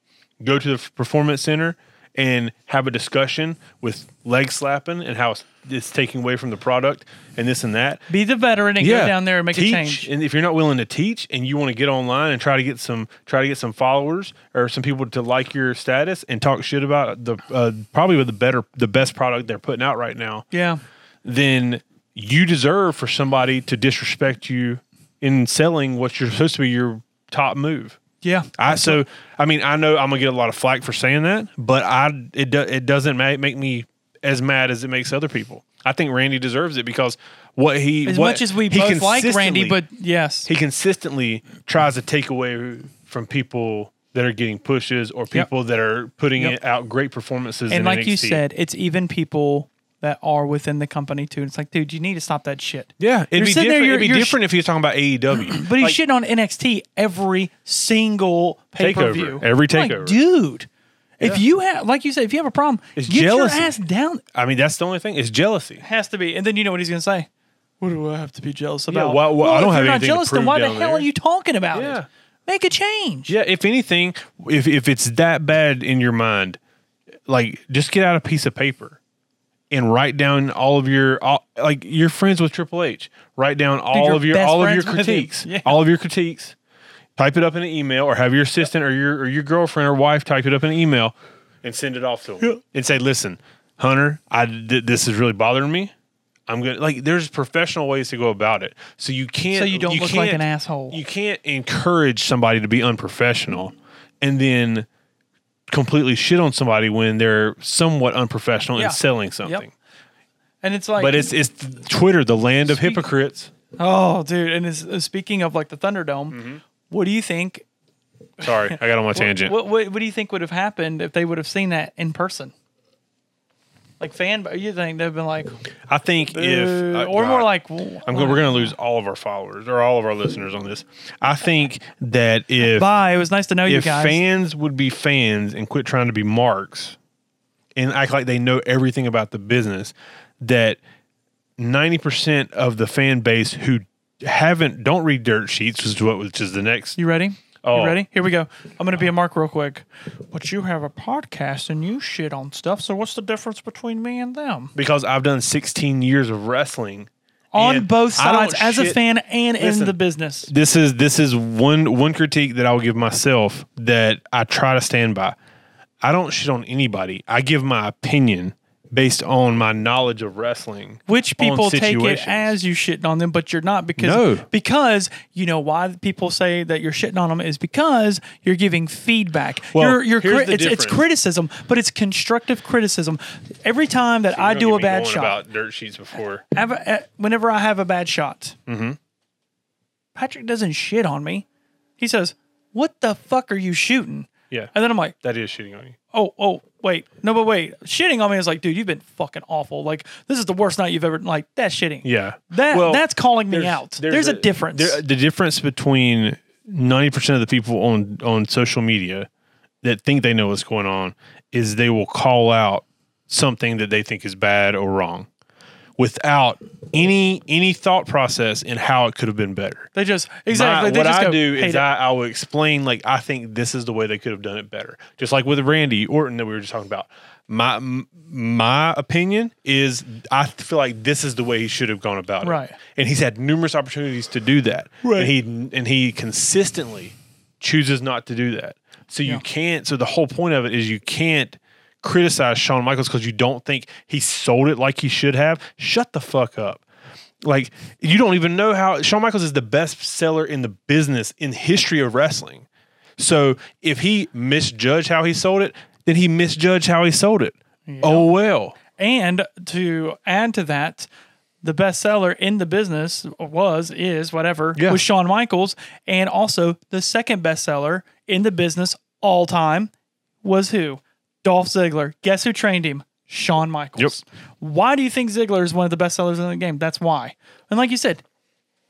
Speaker 1: Go to the f- performance center and have a discussion with leg slapping and how it's, it's taking away from the product and this and that.
Speaker 2: be the veteran and go down there and make
Speaker 1: Teach,
Speaker 2: a change.
Speaker 1: And if you're not willing to teach and you want to get online and try to get some try to get some followers or some people to like your status and talk shit about the uh, probably with the better the best product they're putting out right now,
Speaker 2: Yeah,
Speaker 1: then you deserve for somebody to disrespect you in selling what you're supposed to be your top move.
Speaker 2: yeah.
Speaker 1: I so I mean I know I'm gonna get a lot of flack for saying that, but I it do, it doesn't ma- make me as mad as it makes other people. I think Randy deserves it because what he
Speaker 2: As
Speaker 1: what
Speaker 2: much as we
Speaker 1: he
Speaker 2: both like Randy,
Speaker 1: consistently-
Speaker 2: but yes,
Speaker 1: he consistently tries to take away from people that are getting pushes or people that are putting
Speaker 2: Yep.
Speaker 1: it out great performances.
Speaker 2: and
Speaker 1: in
Speaker 2: like you
Speaker 1: NXT.
Speaker 2: said, it's even people that are within the company too. It's like, dude, you need to stop that shit.
Speaker 1: yeah, it'd
Speaker 2: You're
Speaker 1: be
Speaker 2: sitting
Speaker 1: different.
Speaker 2: there, you're-
Speaker 1: it'd be
Speaker 2: you're sh-
Speaker 1: different if he was talking about E AEW.
Speaker 2: But he's
Speaker 1: Like,
Speaker 2: shitting on NXT every single pay per view.
Speaker 1: Takeover. Every
Speaker 2: Like,
Speaker 1: takeover.
Speaker 2: dude. If you have, like you said, if you have a problem,
Speaker 1: It's
Speaker 2: get
Speaker 1: jealousy.
Speaker 2: your ass down.
Speaker 1: I mean, that's the only thing. It's jealousy.
Speaker 2: Has to be, and then you know what he's gonna say. What do I have to be jealous about?
Speaker 1: about? why- why- I don't
Speaker 2: if
Speaker 1: have
Speaker 2: you're not
Speaker 1: anything to
Speaker 2: jealous, then
Speaker 1: prove
Speaker 2: why the
Speaker 1: down
Speaker 2: hell
Speaker 1: there.
Speaker 2: are you talking about
Speaker 1: Yeah.
Speaker 2: it? Make a change.
Speaker 1: Yeah, if anything, if if it's that bad in your mind, like just get out a piece of paper and write down all of your all, like you're friends with Triple H. Write down all
Speaker 2: you're
Speaker 1: of your
Speaker 2: best
Speaker 1: all of your
Speaker 2: friends with him.
Speaker 1: critiques,
Speaker 2: Yeah.
Speaker 1: all of your critiques. Type it up in an email, or have your assistant or your or your girlfriend or wife type it up in an email, and send it off to him, and say, "Listen, Hunter, I th- this is really bothering me. I'm gonna like." There's professional ways to go about it, so you can't
Speaker 2: So you don't look like
Speaker 1: can't-
Speaker 2: an asshole.
Speaker 1: you can't encourage somebody to be unprofessional and then completely shit on somebody when they're somewhat unprofessional
Speaker 2: Yeah.
Speaker 1: and selling
Speaker 2: Yep.
Speaker 1: something.
Speaker 2: And it's like,
Speaker 1: But it's it's Twitter, the land of hypocrites.
Speaker 2: oh, dude. And it's, uh, speaking of like the Thunderdome,
Speaker 1: Mm-hmm.
Speaker 2: what do you think?
Speaker 1: Sorry, I got on my tangent.
Speaker 2: What, what What do you think would have happened if they would have seen that in person? Like fan, you think they've been like,
Speaker 1: I think if
Speaker 2: "Boo,"
Speaker 1: uh,
Speaker 2: or more
Speaker 1: God.
Speaker 2: like,
Speaker 1: I'm going, we're going to lose all of our followers or all of our listeners on this. I think that if
Speaker 2: bye. It was nice to know you
Speaker 1: if
Speaker 2: guys.
Speaker 1: fans would be fans and quit trying to be marks and act like they know everything about the business, that 90% of the fan base who haven't don't read dirt sheets, which is what which is the next.
Speaker 2: You ready?
Speaker 1: Oh.
Speaker 2: You ready? Here we go. I'm going to be a mark real quick. But you have a podcast and you shit on stuff. So what's the difference between me and them?
Speaker 1: Because I've done 16 years of wrestling
Speaker 2: On
Speaker 1: And
Speaker 2: both
Speaker 1: I don't
Speaker 2: sides, as a
Speaker 1: shit-
Speaker 2: fan and
Speaker 1: Listen.
Speaker 2: in the business.
Speaker 1: this is this is one one critique that I'll give myself that I try to stand by. I don't shit on anybody. I give my opinion based on my knowledge of wrestling.
Speaker 2: Which
Speaker 1: on
Speaker 2: people take it
Speaker 1: situations.
Speaker 2: as you shitting on them, but you're not because
Speaker 1: No.
Speaker 2: because you know why people say that you're shitting on them is because you're giving feedback.
Speaker 1: Well,
Speaker 2: you're, you're
Speaker 1: here's the
Speaker 2: it's, it's
Speaker 1: difference.
Speaker 2: criticism, but it's constructive criticism. Every time that I
Speaker 1: Don't
Speaker 2: do
Speaker 1: get
Speaker 2: a
Speaker 1: me
Speaker 2: bad
Speaker 1: going
Speaker 2: shot,
Speaker 1: about dirt sheets before.
Speaker 2: have a, uh, whenever I have a bad shot,
Speaker 1: Mm-hmm.
Speaker 2: Patrick doesn't shit on me. He says, "What the fuck are you shooting?"
Speaker 1: Yeah,
Speaker 2: And then I'm like,
Speaker 1: that is shitting on you.
Speaker 2: "Oh, oh, wait, no, but wait, shitting on me is like, dude, you've been fucking awful. Like, this is the worst night you've ever like. That's shitting.
Speaker 1: Yeah,
Speaker 2: that
Speaker 1: Well,
Speaker 2: that's calling me out. There's, a, difference.
Speaker 1: there- the difference between ninety percent of the people on on social media that think they know what's going on is they will call out something that they think is bad or wrong without any any thought process in how it could have been better.
Speaker 2: they just
Speaker 1: My-
Speaker 2: exactly. they
Speaker 1: what
Speaker 2: just
Speaker 1: I
Speaker 2: go,
Speaker 1: do
Speaker 2: "Hate
Speaker 1: is
Speaker 2: it."
Speaker 1: I, I will explain like I think this is the way they could have done it better. Just like with Randy Orton that we were just talking about. My m- my opinion is I feel like this is the way he should have gone about it.
Speaker 2: Right.
Speaker 1: And he's had numerous opportunities to do that.
Speaker 2: Right.
Speaker 1: And he and he consistently chooses not to do that. So you
Speaker 2: Yeah.
Speaker 1: can't. So the whole point of it is you can't criticize Shawn Michaels because you don't think he sold it like he should have. Shut the fuck up. Like you don't even know how Shawn Michaels is the best seller in the business in history of wrestling. So if he misjudged how he sold it, then he misjudged how he sold it. Oh well.
Speaker 2: And to add to that, the bestseller in the business was, is, whatever,
Speaker 1: Yeah.
Speaker 2: was Shawn Michaels. And also the second bestseller in the business all time was who? Dolph Ziggler. Guess who trained him? Shawn Michaels. Why do you think Ziggler is one of the best sellers in the game? That's why. And like you said,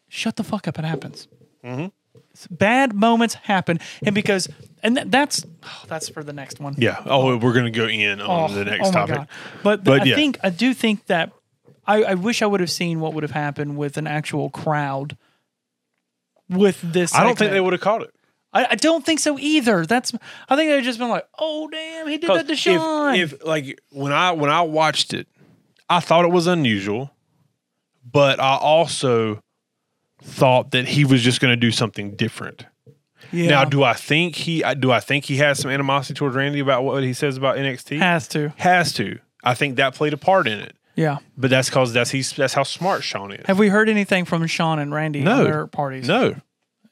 Speaker 2: shut the fuck up. It happens. Bad moments happen. And because, and th- that's, that's for the next one
Speaker 1: Yeah. Oh, we're gonna go in on the next
Speaker 2: Oh, my
Speaker 1: topic.
Speaker 2: God. But,
Speaker 1: But
Speaker 2: I
Speaker 1: yeah.
Speaker 2: think I do think that I, I wish I would have seen what would have happened with an actual crowd with this.
Speaker 1: I don't think they
Speaker 2: segment.
Speaker 1: would have caught it.
Speaker 2: I, I don't think so either. That's I think they've just been like, oh damn, he did that to Sean.
Speaker 1: If, if like when I when I watched it, I thought it was unusual, but I also thought that he was just going to do something different.
Speaker 2: yeah,
Speaker 1: Now, do I think he I- do I think he has some animosity towards Randy about what he says about NXT?
Speaker 2: has to.
Speaker 1: Has to. I think that played a part in it,
Speaker 2: Yeah.
Speaker 1: but that's because that's he's that's how smart Sean is.
Speaker 2: Have we heard anything from Sean and Randy
Speaker 1: No.
Speaker 2: at their parties?
Speaker 1: No,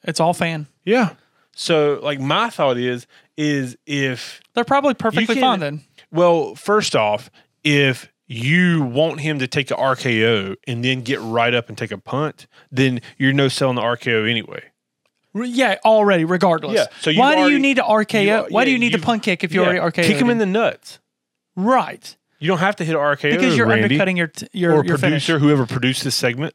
Speaker 2: It's all fan.
Speaker 1: yeah. So, like, my thought is is if
Speaker 2: They're probably perfectly
Speaker 1: can-
Speaker 2: fine then.
Speaker 1: Well, first off, if you want him to take a RKO and then get right up and take a punt, then you're no selling the RKO anyway.
Speaker 2: Re- Yeah, already, regardless.
Speaker 1: Yeah, so you've
Speaker 2: why do you
Speaker 1: already-
Speaker 2: need to RKO?
Speaker 1: you-
Speaker 2: why do
Speaker 1: yeah,
Speaker 2: you need to
Speaker 1: you've-
Speaker 2: punt kick if you
Speaker 1: Yeah,
Speaker 2: already RKO?
Speaker 1: Kick him in the nuts.
Speaker 2: right
Speaker 1: You don't have to hit a RKO
Speaker 2: because you're
Speaker 1: Randy,
Speaker 2: undercutting your t- your
Speaker 1: or
Speaker 2: your finish.
Speaker 1: producer, whoever produced this segment.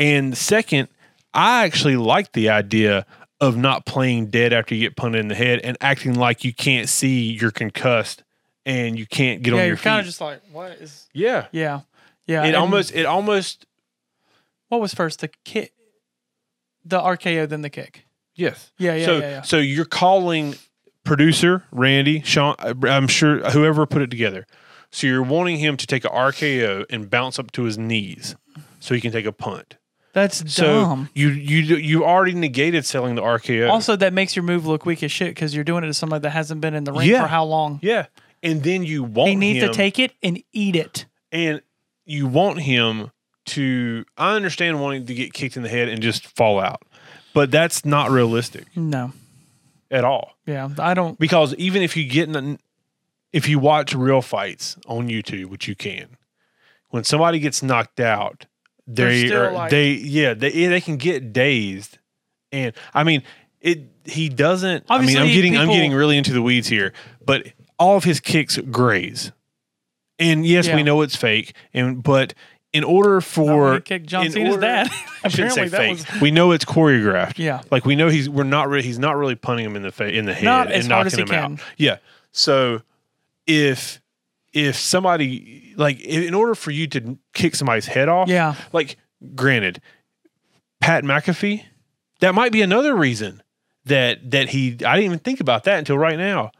Speaker 1: And second, I actually like the idea of not playing dead after you get punted in the head and acting like you can't see you're concussed and you can't get
Speaker 2: yeah,
Speaker 1: on
Speaker 2: you're
Speaker 1: your
Speaker 2: kind
Speaker 1: feet.
Speaker 2: of just like, what is?
Speaker 1: yeah.
Speaker 2: Yeah, yeah.
Speaker 1: It
Speaker 2: and
Speaker 1: almost it almost
Speaker 2: What was first, the kick, the RKO, then the kick?
Speaker 1: Yes.
Speaker 2: Yeah, yeah,
Speaker 1: so,
Speaker 2: yeah, yeah.
Speaker 1: So you're calling producer Randy Sean. uh, I'm sure whoever put it together. So you're wanting him to take a RKO and bounce up to his knees, so he can take a punt.
Speaker 2: That's
Speaker 1: So
Speaker 2: dumb.
Speaker 1: you you you already negated selling the RKO.
Speaker 2: Also, that makes your move look weak as shit because you're doing it to somebody that hasn't been in the ring
Speaker 1: Yeah.
Speaker 2: for how long.
Speaker 1: yeah, and then you want
Speaker 2: They need
Speaker 1: him,
Speaker 2: to take it and eat it.
Speaker 1: and you want him to. I understand wanting to get kicked in the head and just fall out, but that's not realistic
Speaker 2: No,
Speaker 1: at all.
Speaker 2: yeah, I don't.
Speaker 1: because even if you get in, if you watch real fights on YouTube, which you can, when somebody gets knocked out,
Speaker 2: They're
Speaker 1: they
Speaker 2: still
Speaker 1: are,
Speaker 2: like-
Speaker 1: they yeah they yeah, they can get dazed, and I mean it. He doesn't. I mean, I'm
Speaker 2: Obviously,
Speaker 1: getting I'm
Speaker 2: people-
Speaker 1: getting really into the weeds here, but all of his kicks graze, and yes,
Speaker 2: Yeah.
Speaker 1: we know it's fake, and but in order for
Speaker 2: kick John
Speaker 1: in
Speaker 2: Cena's
Speaker 1: order-
Speaker 2: dad.
Speaker 1: I shouldn't say
Speaker 2: Apparently, that
Speaker 1: fake.
Speaker 2: was
Speaker 1: we know it's choreographed.
Speaker 2: Yeah.
Speaker 1: like we know he's we're not really he's not really punting him in the face in the head
Speaker 2: Not
Speaker 1: and
Speaker 2: as hard
Speaker 1: knocking
Speaker 2: as
Speaker 1: him
Speaker 2: he
Speaker 1: out.
Speaker 2: can.
Speaker 1: Yeah. So if if somebody like i- in order for you to kick somebody's head off,
Speaker 2: yeah.
Speaker 1: like granted, Pat McAfee, that might be another reason that that he I didn't even think about that until right now.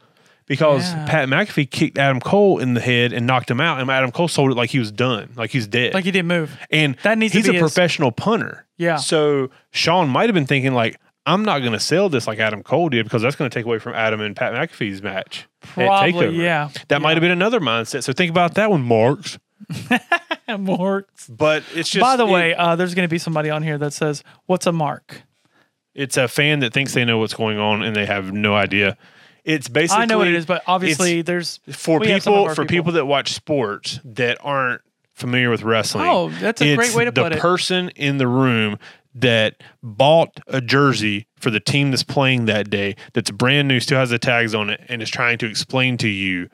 Speaker 1: Because
Speaker 2: Yeah.
Speaker 1: Pat McAfee kicked Adam Cole in the head and knocked him out, and Adam Cole sold it like he was done, like he's dead.
Speaker 2: Like he didn't move.
Speaker 1: and
Speaker 2: That needs to
Speaker 1: he's
Speaker 2: be
Speaker 1: a
Speaker 2: his-
Speaker 1: professional punter.
Speaker 2: Yeah.
Speaker 1: So Sean might have been thinking like, I'm not going to sell this like Adam Cole did because that's going to take away from Adam and Pat McAfee's match at Takeover.
Speaker 2: Probably, yeah.
Speaker 1: That might have been another mindset. So think about that one, Marks.
Speaker 2: been marks.
Speaker 1: But it's just
Speaker 2: By the
Speaker 1: it-
Speaker 2: way, uh, there's going to be somebody on here that says, "What's a mark?"
Speaker 1: it's a fan that thinks they know what's going on and they have no idea. It's basically
Speaker 2: I know what it is, but obviously there's
Speaker 1: for
Speaker 2: we have some of
Speaker 1: people
Speaker 2: our
Speaker 1: for people. that watch sports that aren't familiar with wrestling.
Speaker 2: Oh, that's a great
Speaker 1: it's
Speaker 2: way to
Speaker 1: the
Speaker 2: put it.
Speaker 1: person in the room that bought a jersey for the team that's playing that day that's brand new, still has the tags on it, and is trying to explain to you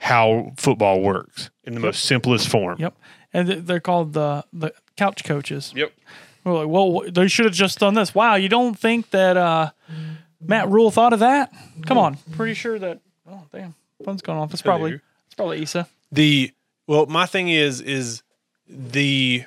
Speaker 1: how football works in the most simplest form.
Speaker 2: Yep, and th- they're called the the couch coaches.
Speaker 1: Yep.
Speaker 2: We're like, well, wh- they should have just done this. Wow, you don't think that uh, Matt Rule thought of that? Come on,
Speaker 1: Mm-hmm.
Speaker 2: pretty sure that. Oh damn, phone's going off. It's probably
Speaker 1: Hello.
Speaker 2: it's probably Issa.
Speaker 1: the well my thing is is the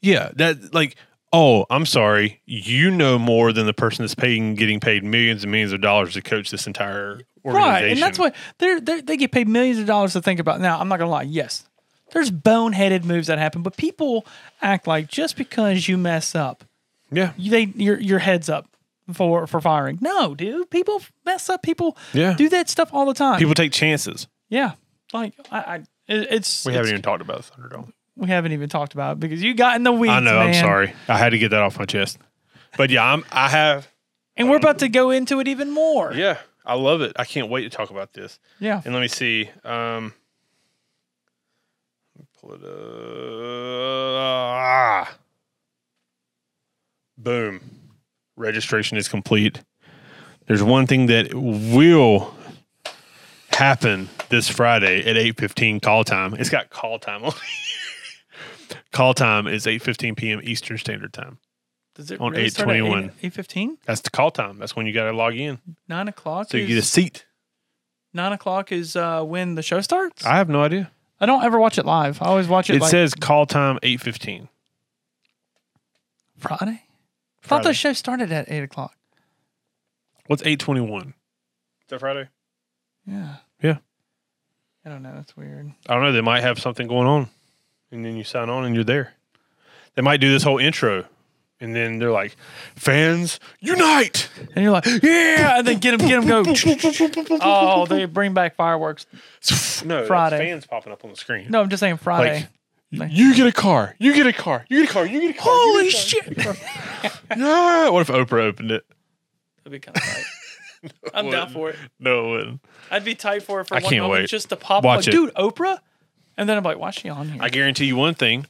Speaker 1: yeah that like oh i'm sorry you know more than the person that's paying getting paid millions and millions of dollars to coach this entire organization
Speaker 2: Right, and that's what they're, they're they get paid millions of dollars to think about. Now, I'm not gonna lie. Yes, there's boneheaded moves that happen, but people act like just because you mess up,
Speaker 1: yeah
Speaker 2: you- they your your heads up for for firing. No, dude, people mess up. People
Speaker 1: Yeah.
Speaker 2: do that stuff all the time.
Speaker 1: people take chances
Speaker 2: yeah, like I, I it, it's
Speaker 1: we
Speaker 2: it's-
Speaker 1: haven't even talked about the thunderdome
Speaker 2: we haven't even talked about it because you got in the weeds.
Speaker 1: i know i'm
Speaker 2: man.
Speaker 1: sorry i had to get that off my chest but yeah i'm i have
Speaker 2: and we're about to go into it even more.
Speaker 1: yeah i love it i can't wait to talk about this
Speaker 2: Yeah.
Speaker 1: And let me see. Um, pull it up. Ah. Boom. Registration is complete. There's one thing that will happen this Friday at 8:15 call time. It's got call time on. it. call time is 8:15 p.m. Eastern Standard Time.
Speaker 2: Does it
Speaker 1: on
Speaker 2: really start at
Speaker 1: 8:21.
Speaker 2: 8, 8:15?
Speaker 1: That's the call time. That's when you got to log in.
Speaker 2: Nine o'clock.
Speaker 1: So you
Speaker 2: is,
Speaker 1: get a seat.
Speaker 2: nine o'clock is uh, when the show starts. I,
Speaker 1: I have no idea.
Speaker 2: don't ever watch it live. I always watch it,
Speaker 1: It
Speaker 2: like
Speaker 1: says call time 8:15.
Speaker 2: Friday. I thought the
Speaker 1: Friday.
Speaker 2: show started at eight o'clock.
Speaker 1: What's 8:21? Is that Friday?
Speaker 2: Yeah.
Speaker 1: Yeah.
Speaker 2: I don't know. That's weird.
Speaker 1: I don't know. They might have something going on, and then you sign on and you're there. They might do this whole intro, and then they're like, "Fans unite!"
Speaker 2: And you're like, yeah, and then get him, get him, go. oh, they bring back fireworks.
Speaker 1: no, that's
Speaker 2: Friday.
Speaker 1: fans popping up on the screen.
Speaker 2: No, I'm just saying Friday.
Speaker 1: Like, You get a car. You get a car. You get a car. You get a car.
Speaker 2: Holy
Speaker 1: you get
Speaker 2: shit! That'd
Speaker 1: a car. Yeah. What if Oprah opened it?
Speaker 2: be kind of tight. I'm
Speaker 1: wouldn't.
Speaker 2: down for it.
Speaker 1: No one.
Speaker 2: I'd be tight for it for
Speaker 1: I
Speaker 2: one
Speaker 1: can't
Speaker 2: moment
Speaker 1: wait.
Speaker 2: just to pop.
Speaker 1: Watch
Speaker 2: like,
Speaker 1: it.
Speaker 2: dude, Oprah, and then I'm like, why is she on here?
Speaker 1: I guarantee you one thing: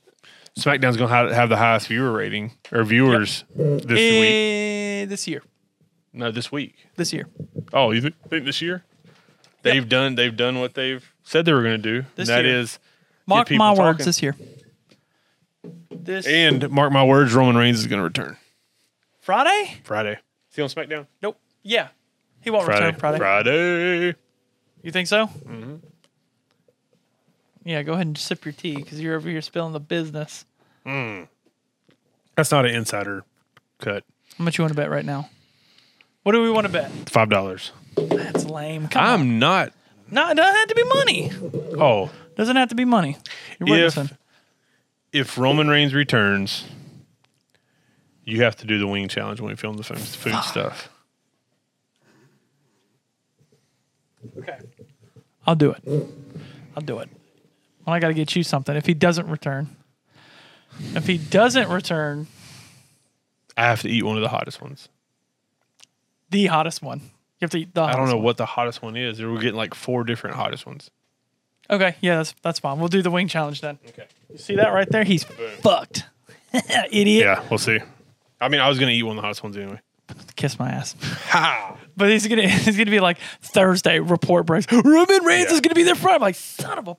Speaker 1: SmackDown's gonna ha- have the highest viewer rating or viewers this week.
Speaker 2: Eh, this year,
Speaker 1: No, this week.
Speaker 2: this year,
Speaker 1: Oh, you thi- think this year? They've done. They've done what they've said they were gonna do.
Speaker 2: This
Speaker 1: and that
Speaker 2: year.
Speaker 1: is
Speaker 2: mark
Speaker 1: people
Speaker 2: my
Speaker 1: talking.
Speaker 2: words, this year, this
Speaker 1: And mark my words, Roman Reigns is going to return
Speaker 2: Friday.
Speaker 1: Friday. See on SmackDown?
Speaker 2: Nope. Yeah, he won't
Speaker 1: Friday.
Speaker 2: return Friday.
Speaker 1: Friday.
Speaker 2: You think so? Mm-hmm. Yeah, go ahead and sip your tea because you're over here spilling the business.
Speaker 1: That's not an insider cut.
Speaker 2: How much you want to bet right now? What do we want to bet?
Speaker 1: Five dollars.
Speaker 2: That's lame. Come on.
Speaker 1: I'm not.
Speaker 2: No, it doesn't have to be money.
Speaker 1: Oh,
Speaker 2: Doesn't have to be money. You're
Speaker 1: if
Speaker 2: witnessing.
Speaker 1: if Roman Reigns returns, you have to do the wing challenge when we film the food, food stuff.
Speaker 2: Okay. I'll do it. I'll do it. Well, I got to get you something if he doesn't return. If he doesn't return,
Speaker 1: I have to eat one of the hottest ones.
Speaker 2: the hottest one. You have to eat the
Speaker 1: I
Speaker 2: hottest
Speaker 1: don't know
Speaker 2: one.
Speaker 1: what the hottest one is. We're getting like four different hottest ones.
Speaker 2: Okay, yeah, that's that's fine. We'll do the wing challenge then.
Speaker 1: Okay.
Speaker 2: You see that right there? He's fucked. Idiot.
Speaker 1: Yeah, we'll see. I mean, I was gonna eat one of the hottest ones anyway.
Speaker 2: Kiss my ass.
Speaker 1: Ha!
Speaker 2: But he's gonna he's gonna be like Thursday report breaks. Ruben Reigns
Speaker 1: Yeah.
Speaker 2: is gonna be there Friday. I'm like son of a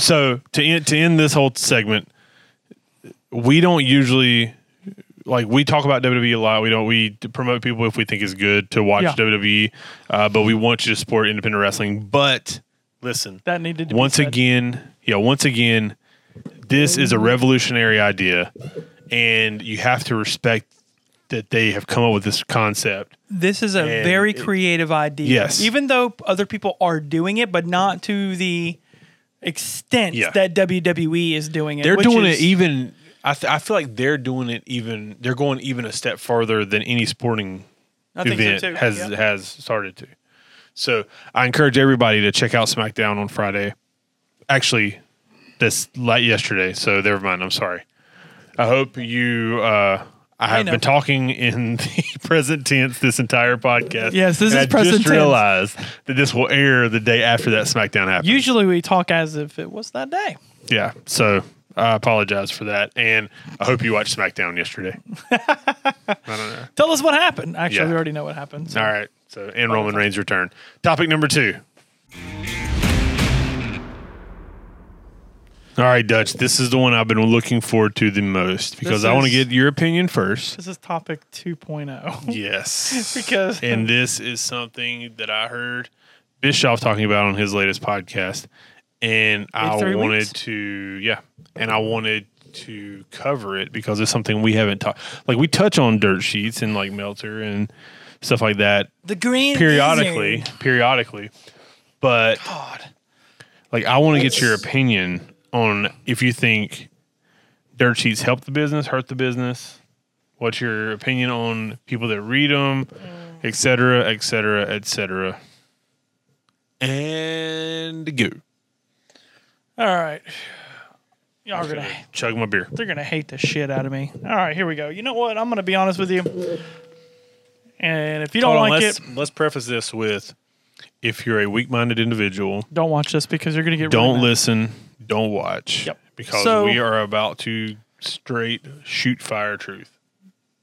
Speaker 1: So to end, to end this whole segment, we don't usually like we talk about WWE a lot. We don't we promote people if we think it's good to watch
Speaker 2: Yeah.
Speaker 1: WWE, uh, but we want you to support independent wrestling. But listen,
Speaker 2: that needed to be
Speaker 1: once
Speaker 2: said.
Speaker 1: again, yeah, once again, this is a revolutionary idea, and you have to respect that they have come up with this concept.
Speaker 2: This is a
Speaker 1: And
Speaker 2: very
Speaker 1: it-
Speaker 2: creative idea.
Speaker 1: Yes.
Speaker 2: Even though other people are doing it, but not to the extent
Speaker 1: Yeah.
Speaker 2: that WWE is doing it.
Speaker 1: They're
Speaker 2: which
Speaker 1: doing
Speaker 2: is-
Speaker 1: it even. I, th- I feel like they're doing it even. They're going even a step farther than any sporting
Speaker 2: I think so,
Speaker 1: event
Speaker 2: too.
Speaker 1: has
Speaker 2: Yeah.
Speaker 1: has started to. So I encourage everybody to check out SmackDown on Friday. Actually, this late yesterday. So never mind. I'm sorry. I hope you. Uh, I have
Speaker 2: know.
Speaker 1: been talking in the present tense this entire podcast.
Speaker 2: Yes, this
Speaker 1: and I
Speaker 2: is present
Speaker 1: just
Speaker 2: tense.
Speaker 1: realized that this will air the day after that SmackDown happened.
Speaker 2: Usually we talk as if it was that day.
Speaker 1: Yeah. So I apologize for that. And I hope you watched SmackDown yesterday.
Speaker 2: Tell us what happened. Actually,
Speaker 1: Yeah.
Speaker 2: we already know what happened. so-
Speaker 1: All right. So, and Roman Reigns' return. Topic number two. All right, Dutch. This is the one I've been looking forward to the most because
Speaker 2: This
Speaker 1: I want to
Speaker 2: is-
Speaker 1: get your opinion first.
Speaker 2: This is topic 2.0.
Speaker 1: Yes.
Speaker 2: Because-
Speaker 1: and this is something that I heard Bischoff talking about on his latest podcast. And I
Speaker 2: three
Speaker 1: wanted
Speaker 2: weeks?
Speaker 1: to yeah. And I wanted to cover it because it's something we haven't talked like we touch on dirt sheets and like Melter and stuff like that
Speaker 2: The green
Speaker 1: periodically, periodically. But
Speaker 2: God.
Speaker 1: like, I want to get your opinion on if you think dirt sheets help the business, hurt the business. What's your opinion on people that read them, et cetera, et cetera, et cetera? And go.
Speaker 2: All right. Y'all are gonna
Speaker 1: Chug my beer.
Speaker 2: they're gonna hate the shit out of me. All right, here we go. You know what? I'm gonna be honest with you. And if you don't
Speaker 1: Hold on,
Speaker 2: like
Speaker 1: let's,
Speaker 2: it,
Speaker 1: let's preface this with if you're a weak minded individual,
Speaker 2: don't watch this because you're gonna get
Speaker 1: don't
Speaker 2: really mad.
Speaker 1: listen, don't watch.
Speaker 2: Yep.
Speaker 1: Because
Speaker 2: So-
Speaker 1: we are about to straight shoot fire truth.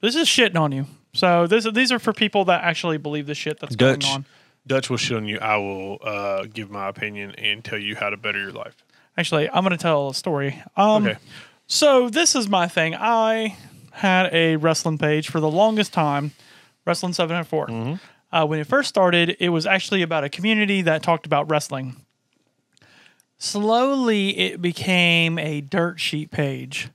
Speaker 2: This is shitting on you. So this these are for people that actually believe the shit that's
Speaker 1: Dutch.
Speaker 2: going on.
Speaker 1: Dutch will shit on you. I will uh, give my opinion and tell you how to better your life.
Speaker 2: Actually, I'm gonna tell a story. Um,
Speaker 1: Okay.
Speaker 2: So this is my thing. I had a wrestling page for the longest time, Wrestling 704.
Speaker 1: Mm-hmm.
Speaker 2: Uh, when it first started, it was actually about a community that talked about wrestling. Slowly, it became a dirt sheet page,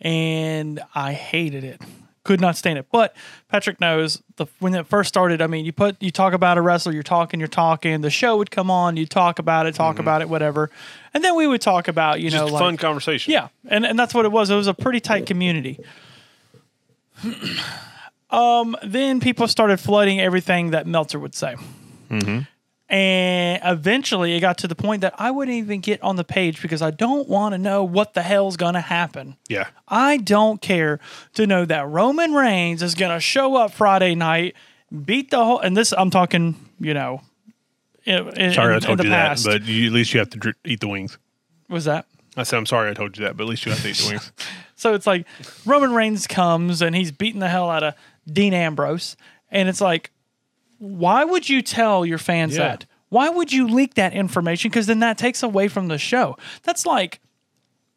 Speaker 2: and I hated it. Could not stand it. But Patrick knows the when it first started. I mean, you put you talk about a wrestler, you're talking, you're talking. The show would come on, you talk about it, talk about it, whatever, and then we would talk about you
Speaker 1: Mm-hmm. Just a
Speaker 2: know like
Speaker 1: fun conversation.
Speaker 2: yeah, and, and that's what it was. It was a pretty tight community. um, then people started flooding everything that Meltzer would say.
Speaker 1: Mm-hmm.
Speaker 2: And eventually it got to the point that I wouldn't even get on the page because I don't want to know what the hell's going to happen.
Speaker 1: Yeah.
Speaker 2: I don't care to know that Roman Reigns is going to show up Friday night, beat the whole, and this, I'm talking, you know, in, in-
Speaker 1: Sorry, I
Speaker 2: in
Speaker 1: told
Speaker 2: the
Speaker 1: you
Speaker 2: past.
Speaker 1: that, but you, at least you have to dr- eat the wings.
Speaker 2: was that?
Speaker 1: I said, I'm sorry I told you that, but at least you have to eat the wings.
Speaker 2: So it's like Roman Reigns comes and he's beating the hell out of Dean Ambrose. And it's like, why would you tell your fans
Speaker 1: Yeah.
Speaker 2: that? Why would you leak that information? Because then that takes away from the show. That's like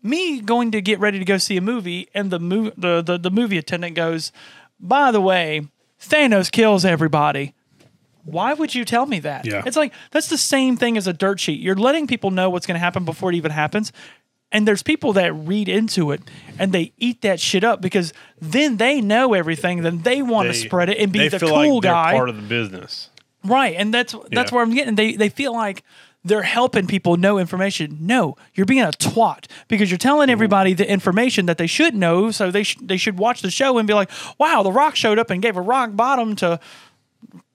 Speaker 2: me going to get ready to go see a movie and the, mov- the, the, the movie attendant goes, by the way, Thanos kills everybody. Why would you tell me that?
Speaker 1: Yeah.
Speaker 2: It's like that's the same thing as a dirt sheet. You're letting people know what's going to happen before it even happens. And there's people that read into it and they eat that shit up because then they know everything. Then they want to
Speaker 1: They-
Speaker 2: spread it and be
Speaker 1: they
Speaker 2: the
Speaker 1: feel
Speaker 2: cool
Speaker 1: like they're
Speaker 2: guy,
Speaker 1: part of the business.
Speaker 2: right? And that's that's
Speaker 1: Yeah.
Speaker 2: where I'm getting. They they feel like they're helping people know information. No, you're being a twat because you're
Speaker 1: Mm-hmm.
Speaker 2: telling everybody the information that they should know. So they sh- they should watch the show and be like, "Wow, The Rock showed up and gave a rock bottom to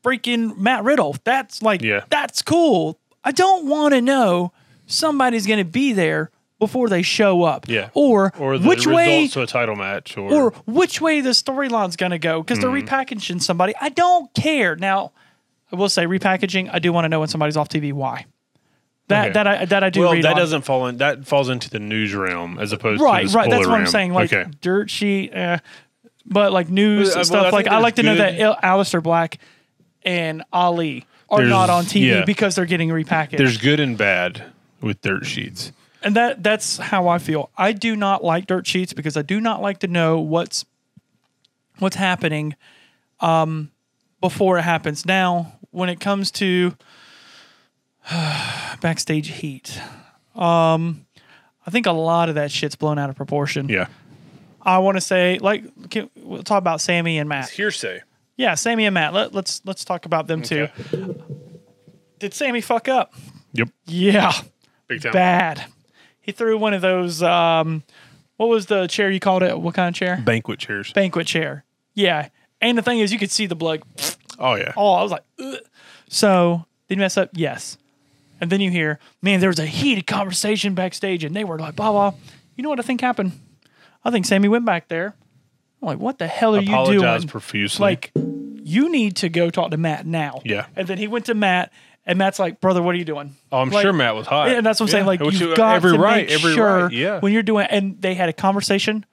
Speaker 2: freaking Matt Riddle. That's like
Speaker 1: Yeah.
Speaker 2: that's cool. I don't want to know somebody's going to be there before they show up.
Speaker 1: Yeah.
Speaker 2: Or,
Speaker 1: Or the
Speaker 2: which
Speaker 1: results
Speaker 2: way
Speaker 1: to a title match. Or,
Speaker 2: or which way the storyline's going to go because
Speaker 1: Hmm.
Speaker 2: they're repackaging somebody. I don't care. Now, I will say repackaging, I do want to know when somebody's off TV. Why? That
Speaker 1: Okay.
Speaker 2: that I that I do
Speaker 1: well,
Speaker 2: read.
Speaker 1: that
Speaker 2: on.
Speaker 1: doesn't fall in. That falls into the news realm as opposed to
Speaker 2: right
Speaker 1: the
Speaker 2: right. That's
Speaker 1: spoiler
Speaker 2: what I'm
Speaker 1: realm.
Speaker 2: saying. Like
Speaker 1: okay,
Speaker 2: dirt sheet, eh. but like news
Speaker 1: Well, I- well,
Speaker 2: stuff.
Speaker 1: I
Speaker 2: like
Speaker 1: think
Speaker 2: I like to
Speaker 1: there's
Speaker 2: know that
Speaker 1: good-
Speaker 2: Il- Alistair Black and Ali are
Speaker 1: There's-
Speaker 2: not on TV
Speaker 1: yeah.
Speaker 2: because they're getting repackaged.
Speaker 1: there's good and bad with dirt sheets.
Speaker 2: and that that's how I feel. I do not like dirt sheets because I do not like to know what's what's happening um, before it happens. Now, when it comes to backstage heat, um, I think a lot of that shit's blown out of proportion.
Speaker 1: Yeah,
Speaker 2: I want to say, like, can, we'll talk about Sammy and Matt.
Speaker 1: hearsay.
Speaker 2: Yeah, Sammy and Matt. Let, let's let's talk about them too. Did Sammy fuck up?
Speaker 1: Yep,
Speaker 2: Yeah
Speaker 1: big time.
Speaker 2: bad. He threw one of those. Um, what was the chair you called it? What kind of chair?
Speaker 1: Banquet chairs.
Speaker 2: Banquet chair. Yeah. And the thing is, you could see the blood.
Speaker 1: Oh yeah.
Speaker 2: Oh, I was like, Ugh. so did you mess up? Yes. And then you hear, man, there was a heated conversation backstage, and they were like, blah blah. You know what I think happened? I think Sammy went back there. I'm like, what the hell are you
Speaker 1: Apologize
Speaker 2: doing?
Speaker 1: profusely.
Speaker 2: like you need to go talk to Matt now.
Speaker 1: Yeah.
Speaker 2: And then he went to Matt, and Matt's like, brother, what are you doing?
Speaker 1: oh, I'm
Speaker 2: Like,
Speaker 1: sure Matt was hot.
Speaker 2: yeah, and that's what I'm saying.
Speaker 1: Yeah,
Speaker 2: Like
Speaker 1: which
Speaker 2: you've
Speaker 1: you-
Speaker 2: got
Speaker 1: every
Speaker 2: to
Speaker 1: right,
Speaker 2: make
Speaker 1: every
Speaker 2: sure
Speaker 1: right, yeah.
Speaker 2: when you're doing. And they had a conversation,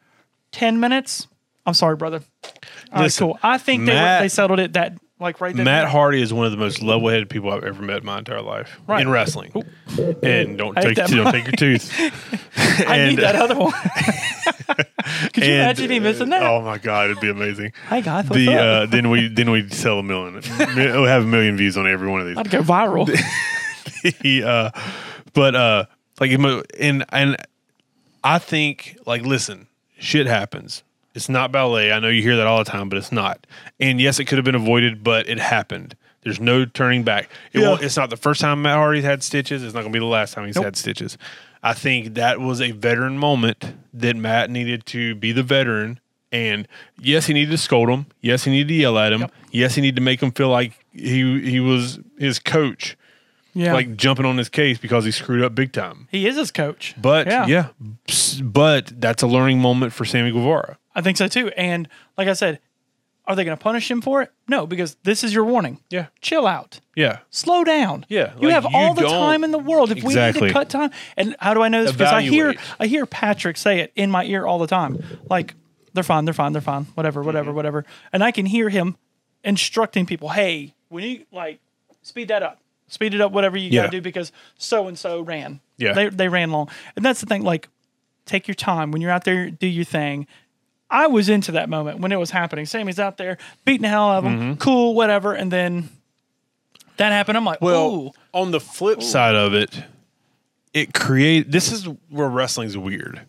Speaker 2: ten minutes. I'm sorry, brother. All right,
Speaker 1: Listen,
Speaker 2: cool. I think they
Speaker 1: Matt-
Speaker 2: were, they settled it that like right there.
Speaker 1: Matt Hardy is one of the most level-headed people I've ever met in my entire life
Speaker 2: Right.
Speaker 1: in wrestling. And don't
Speaker 2: I hate
Speaker 1: take
Speaker 2: that
Speaker 1: don't take your tooth.
Speaker 2: I
Speaker 1: and-
Speaker 2: need that other one. Could you
Speaker 1: And,
Speaker 2: imagine me missing that?
Speaker 1: Oh my god, it'd be amazing.
Speaker 2: hey guys, what's
Speaker 1: the
Speaker 2: up?
Speaker 1: uh, then we then we sell a million. We'll have a million views on every one of these.
Speaker 2: I'd go viral.
Speaker 1: he uh but uh like emo- and and i think like listen shit happens it's not ballet i know you hear that all the time but it's not and yes it could have been avoided but it happened there's no turning back it
Speaker 2: Yeah.
Speaker 1: won't, it's not the first time matt hardy's had stitches it's not going to be the last time he's had stitches i think that was a veteran moment that matt needed to be the veteran and yes he needed to scold him yes he needed to yell at him yes he needed to make him feel like he he was his coach
Speaker 2: yeah,
Speaker 1: like jumping on his case because he screwed up big time.
Speaker 2: he is his coach.
Speaker 1: But yeah, s- but that's a learning moment for Sammy Guevara.
Speaker 2: I think so too. And like I said, are they going to punish him for it? No, because this is your warning.
Speaker 1: Yeah.
Speaker 2: chill out.
Speaker 1: Yeah,
Speaker 2: slow down.
Speaker 1: Yeah,
Speaker 2: you
Speaker 1: like,
Speaker 2: have
Speaker 1: you
Speaker 2: all the
Speaker 1: don't-
Speaker 2: time in the world. If we
Speaker 1: Exactly.
Speaker 2: need to cut time, and how do I know this? Because I hear
Speaker 1: Evaluate.
Speaker 2: I hear Patrick say it in my ear all the time. Like they're fine, they're fine, they're fine. Whatever,
Speaker 1: Mm-hmm.
Speaker 2: whatever, whatever. And I can hear him instructing people. Hey, when you like speed that up, speed it up, whatever you
Speaker 1: Yeah.
Speaker 2: gotta do, because so and so ran.
Speaker 1: Yeah.
Speaker 2: they they ran long, and that's the thing. Like, take your time when you're out there, do your thing. I was into that moment when it was happening. Sammy's out there beating the hell out of him,
Speaker 1: Mm-hmm.
Speaker 2: cool, whatever, and then that happened. I'm like,
Speaker 1: Well,
Speaker 2: ooh,
Speaker 1: on the flip side of it, it create this is where wrestling's weird.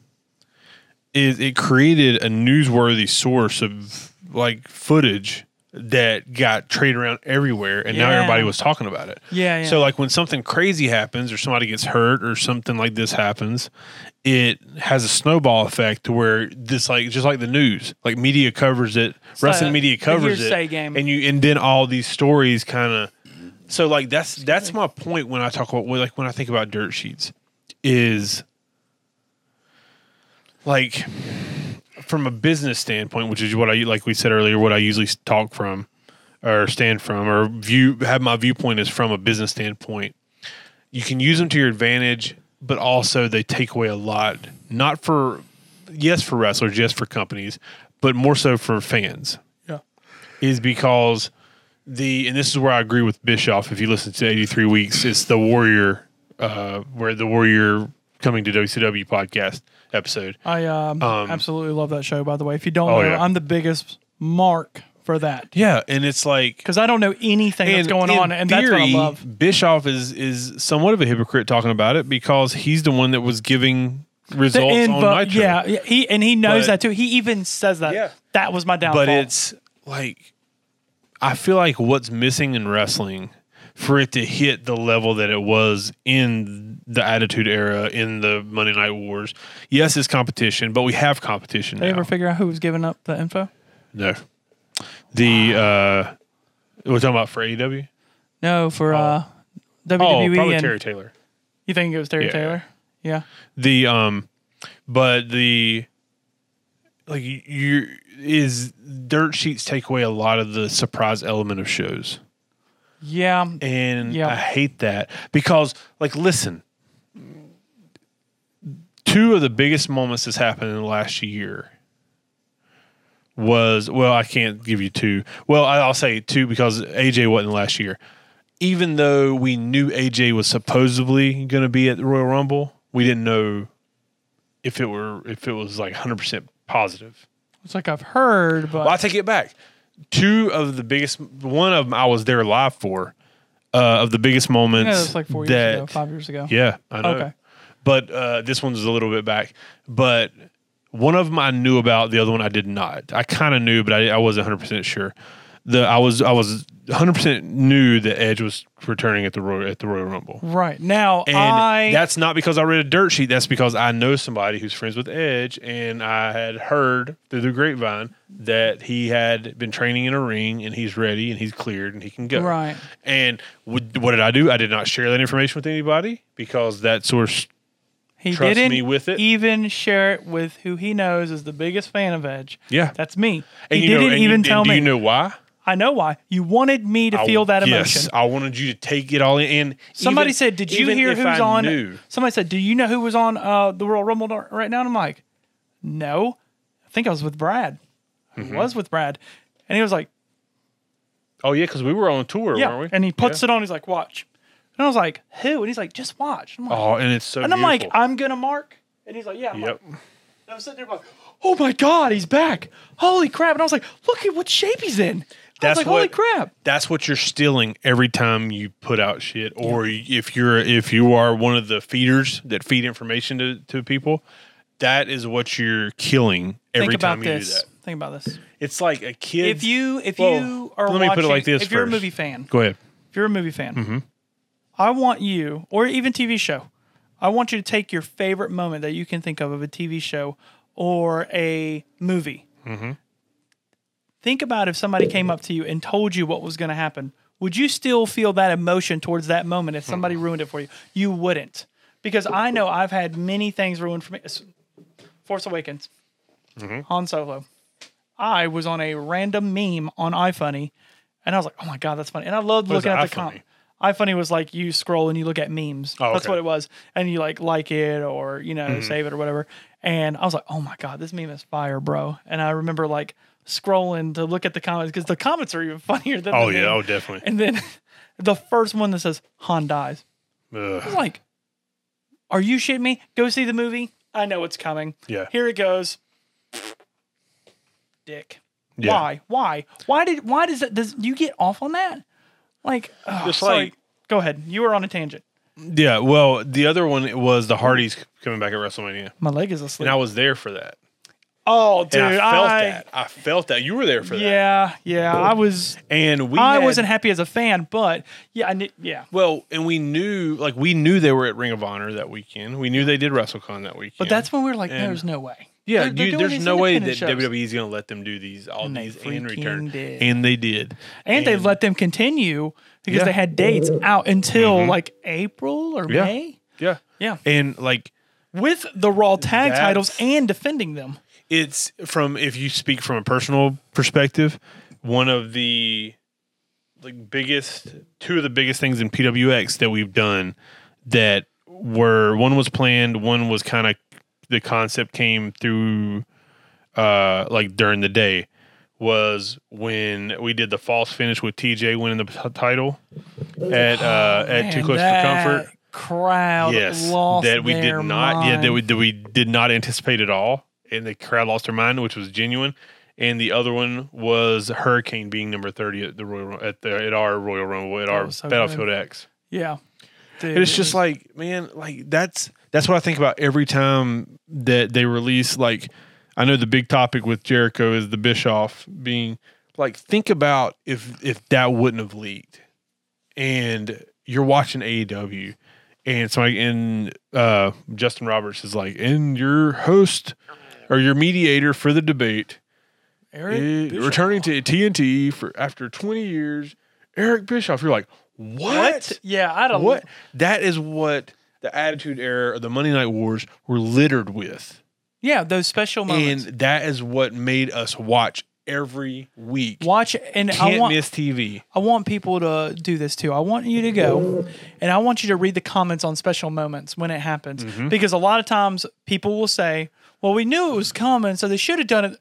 Speaker 1: Is it created a newsworthy source of like footage that got traded around everywhere and now
Speaker 2: Yeah.
Speaker 1: everybody was talking about it.
Speaker 2: Yeah, yeah.
Speaker 1: So like when something crazy happens or somebody gets hurt or something like this happens, it has a snowball effect to where this like just like the news, like media covers it, wrestling
Speaker 2: like
Speaker 1: media
Speaker 2: uh, the
Speaker 1: covers
Speaker 2: hearsay
Speaker 1: it.
Speaker 2: game.
Speaker 1: And and you and then all these stories kind of so like that's that's my point when i talk about like when i think about dirt sheets is like from a business standpoint which is what i like we said earlier what i usually talk from or stand from or view have my viewpoint is from a business standpoint you can use them to your advantage, but also they take away a lot. Not for yes for wrestlers, yes for companies, but more so for fans.
Speaker 2: Yeah.
Speaker 1: Is because the and this is where I agree with Bischoff. If you listen to 83 weeks, it's the Warrior uh where the Warrior coming to WCW podcast episode.
Speaker 2: I um, absolutely love that show. By the way, if you don't
Speaker 1: Oh,
Speaker 2: know,
Speaker 1: yeah.
Speaker 2: I'm the biggest mark for that
Speaker 1: Yeah, and it's like
Speaker 2: because I don't know anything that's going
Speaker 1: in
Speaker 2: on, and that's what I
Speaker 1: theory,
Speaker 2: love.
Speaker 1: Bischoff is is somewhat of a hypocrite talking about it because he's the one that was giving results
Speaker 2: invo-
Speaker 1: on Nitro.
Speaker 2: yeah, yeah, he and he knows
Speaker 1: But-
Speaker 2: that too. He even says that.
Speaker 1: Yeah.
Speaker 2: That was my downfall.
Speaker 1: but it's like I feel like what's missing in wrestling for it to hit the level that it was in the Attitude Era in the Monday Night Wars. Yes, it's competition, but we have competition
Speaker 2: Did you
Speaker 1: now.
Speaker 2: ever figure out who was giving up the info?
Speaker 1: no, the uh, we're talking about for E AEW.
Speaker 2: No, for
Speaker 1: Oh,
Speaker 2: uh,
Speaker 1: probably
Speaker 2: WWE. E and
Speaker 1: Terry Taylor.
Speaker 2: You think it was Terry
Speaker 1: Yeah.
Speaker 2: Taylor? Yeah.
Speaker 1: the um but the like you is dirt sheets take away a lot of the surprise element of shows
Speaker 2: Yeah.
Speaker 1: And
Speaker 2: Yeah.
Speaker 1: I hate that because, like, listen, two of the biggest moments that's happened in the last year was well, I can't give you two. Well, I- I'll say two because AJ wasn't last year. Even though we knew AJ was supposedly going to be at the Royal Rumble, we didn't know if it were if it was like 100% positive.
Speaker 2: It's like I've heard, but
Speaker 1: Well, I take it back. Two of the biggest, one of them I was there live for, uh, of the biggest moments.
Speaker 2: yeah, that's like four years
Speaker 1: that-
Speaker 2: ago, five years ago.
Speaker 1: Yeah, I know.
Speaker 2: Okay.
Speaker 1: But uh, this one's a little bit back. But one of them I knew about, the other one I did not. I kind of knew, but I, I wasn't 100% sure. The I was I was 100% knew that Edge was returning at the Royal, at the Royal Rumble.
Speaker 2: Right. Now
Speaker 1: And
Speaker 2: I
Speaker 1: that's not because I read a dirt sheet. That's because I know somebody who's friends with Edge, and I had heard through the grapevine that he had been training in a ring, and he's ready, and he's cleared, and he can go.
Speaker 2: Right.
Speaker 1: And what, what did I do? I did not share that information with anybody because that source.
Speaker 2: he
Speaker 1: trust
Speaker 2: didn't
Speaker 1: me with it.
Speaker 2: even share it with who he knows is the biggest fan of Edge.
Speaker 1: Yeah.
Speaker 2: That's me.
Speaker 1: And
Speaker 2: he
Speaker 1: you know-
Speaker 2: didn't
Speaker 1: and you-
Speaker 2: even
Speaker 1: and
Speaker 2: tell
Speaker 1: Do
Speaker 2: me.
Speaker 1: you know why?
Speaker 2: I know why. You wanted me to
Speaker 1: I-
Speaker 2: feel that emotion.
Speaker 1: Yes, I wanted you to take it all in. And
Speaker 2: Somebody
Speaker 1: even-
Speaker 2: said, "Did you
Speaker 1: even
Speaker 2: hear
Speaker 1: if
Speaker 2: who's
Speaker 1: I
Speaker 2: on?"
Speaker 1: knew-
Speaker 2: Somebody said, "Do you know who was on uh, the Royal Rumble dar- right now?" And I'm like, "No, I think I was with Brad.
Speaker 1: Mm-hmm.
Speaker 2: I was with Brad." And he was like,
Speaker 1: Oh yeah, because we were on tour,
Speaker 2: "Yeah,"
Speaker 1: weren't we?
Speaker 2: and he puts it on. He's like, "Watch," and I was like, "Who?" And he's like, "Just watch." I'm like,
Speaker 1: Oh, and it's so.
Speaker 2: and I'm like,
Speaker 1: beautiful.
Speaker 2: "I'm gonna mark," and he's like, "Yeah." I'm
Speaker 1: yep.
Speaker 2: Like, and I'm sitting there like, "Oh my god, he's back! Holy crap!" And I was like, "Look at what shape he's in." I
Speaker 1: That's
Speaker 2: was like, "Holy
Speaker 1: what-
Speaker 2: crap!"
Speaker 1: that's what you're stealing every time you put out shit or if you're if you are one of the feeders that feed information to, to people that is what you're killing every
Speaker 2: Think about
Speaker 1: time you
Speaker 2: this.
Speaker 1: do that
Speaker 2: Think about this.
Speaker 1: it's like a kid
Speaker 2: If you if
Speaker 1: Well,
Speaker 2: you are
Speaker 1: let me put it
Speaker 2: watching-
Speaker 1: like this
Speaker 2: if you're a
Speaker 1: first.
Speaker 2: movie fan,
Speaker 1: go ahead
Speaker 2: if you're a movie fan, I want you, or even TV show, I want you to take your favorite moment that you can think of of a TV show or a movie.
Speaker 1: Mm-hmm.
Speaker 2: Think about if somebody came up to you and told you what was going to happen. Would you still feel that emotion towards that moment if somebody
Speaker 1: Hmm.
Speaker 2: ruined it for you? You wouldn't. Because I know I've had many things ruined for me. S- Force Awakens,
Speaker 1: Mm-hmm.
Speaker 2: Han Solo. I was on a random meme on iFunny, and I was like, "Oh my god, that's funny!" And I loved
Speaker 1: is
Speaker 2: looking at the
Speaker 1: iFunny?
Speaker 2: com- iFunny was like you scroll and you look at memes.
Speaker 1: Oh, okay.
Speaker 2: That's
Speaker 1: Mm-hmm.
Speaker 2: what it was, and you like like it or you know save it or whatever. And I was like, "Oh my god, this meme is fire, bro!" And I remember like scrolling to look at the comments because the comments are even funnier than
Speaker 1: oh
Speaker 2: the
Speaker 1: yeah
Speaker 2: meme.
Speaker 1: oh definitely
Speaker 2: And then the first one that says Han dies.
Speaker 1: Ugh.
Speaker 2: I'm like, are you shitting me? Go see the movie. I know it's coming.
Speaker 1: Yeah.
Speaker 2: Here it goes. Dick.
Speaker 1: Yeah.
Speaker 2: Why? Why? Why did? Why does that? Does you get off on that? Like, oh,
Speaker 1: Just
Speaker 2: sorry.
Speaker 1: like-
Speaker 2: Go ahead. You were on a tangent.
Speaker 1: yeah well the other one was the hardys coming back at wrestlemania
Speaker 2: My leg is asleep.
Speaker 1: and i was there for that
Speaker 2: oh, dude.
Speaker 1: and i felt
Speaker 2: I-
Speaker 1: that i felt that you were there for that
Speaker 2: Yeah, yeah. I was.
Speaker 1: and we
Speaker 2: I
Speaker 1: had-
Speaker 2: wasn't happy as a fan, but yeah, I knew, yeah.
Speaker 1: well and we knew like we knew they were at ring of honor that weekend we knew they did wrestlecon that weekend
Speaker 2: But that's when we were like,
Speaker 1: And-
Speaker 2: there's no way.
Speaker 1: Yeah,
Speaker 2: They're- they're
Speaker 1: you,
Speaker 2: doing
Speaker 1: there's
Speaker 2: these
Speaker 1: no way that E
Speaker 2: independent shows.
Speaker 1: WWE is going to let them do these all
Speaker 2: they
Speaker 1: these in
Speaker 2: freaking
Speaker 1: return,
Speaker 2: did.
Speaker 1: and they did.
Speaker 2: and they let them continue because
Speaker 1: Yeah.
Speaker 2: they had dates out until like April or
Speaker 1: Mm-hmm. Yeah.
Speaker 2: May.
Speaker 1: yeah,
Speaker 2: Yeah.
Speaker 1: and like
Speaker 2: With the Raw tag
Speaker 1: That's-
Speaker 2: titles and defending them.
Speaker 1: it's from if you speak from a personal perspective, one of the like biggest, two of the biggest things in PWX that we've done that were one was planned, one was kind of the concept came through uh like during the day was when we did the false finish with TJ winning the t- title at uh at Too
Speaker 2: Oh,
Speaker 1: Close
Speaker 2: Man,
Speaker 1: for
Speaker 2: that
Speaker 1: Comfort.
Speaker 2: Crowd
Speaker 1: Yes,
Speaker 2: lost
Speaker 1: that we did
Speaker 2: their
Speaker 1: not. Yeah, that
Speaker 2: mind.
Speaker 1: we that we did not anticipate at all, and the crowd lost their mind, which was genuine. And the other one was Hurricane being number thirty at the Royal at the at our Royal Rumble at our
Speaker 2: was so
Speaker 1: Battlefield X.
Speaker 2: Yeah. Dude,
Speaker 1: And it's
Speaker 2: it
Speaker 1: just
Speaker 2: was-
Speaker 1: like, man, like that's that's what I think about every time that they release. Like, I know the big topic with Jericho is the Bischoff being like, think about if if that wouldn't have leaked, and you're watching AEW, and somebody and uh, Justin Roberts is like, and your host or your mediator for the debate
Speaker 2: Eric
Speaker 1: is
Speaker 2: Bischoff.
Speaker 1: eh, returning to TNT for after 20 years, Eric Bischoff. You're like, what?
Speaker 2: What? Yeah, I don't
Speaker 1: what that is what the attitude era or the monday night wars were littered with
Speaker 2: Yeah, those special moments.
Speaker 1: and that is what made us watch every week.
Speaker 2: Watch and I
Speaker 1: Can't
Speaker 2: want
Speaker 1: miss TV.
Speaker 2: I want people to do this too. I want you to go and I want you to read the comments on special moments when it happens
Speaker 1: Mm-hmm.
Speaker 2: because a lot of times people will say, "Well, we knew it was coming, so they should have done it."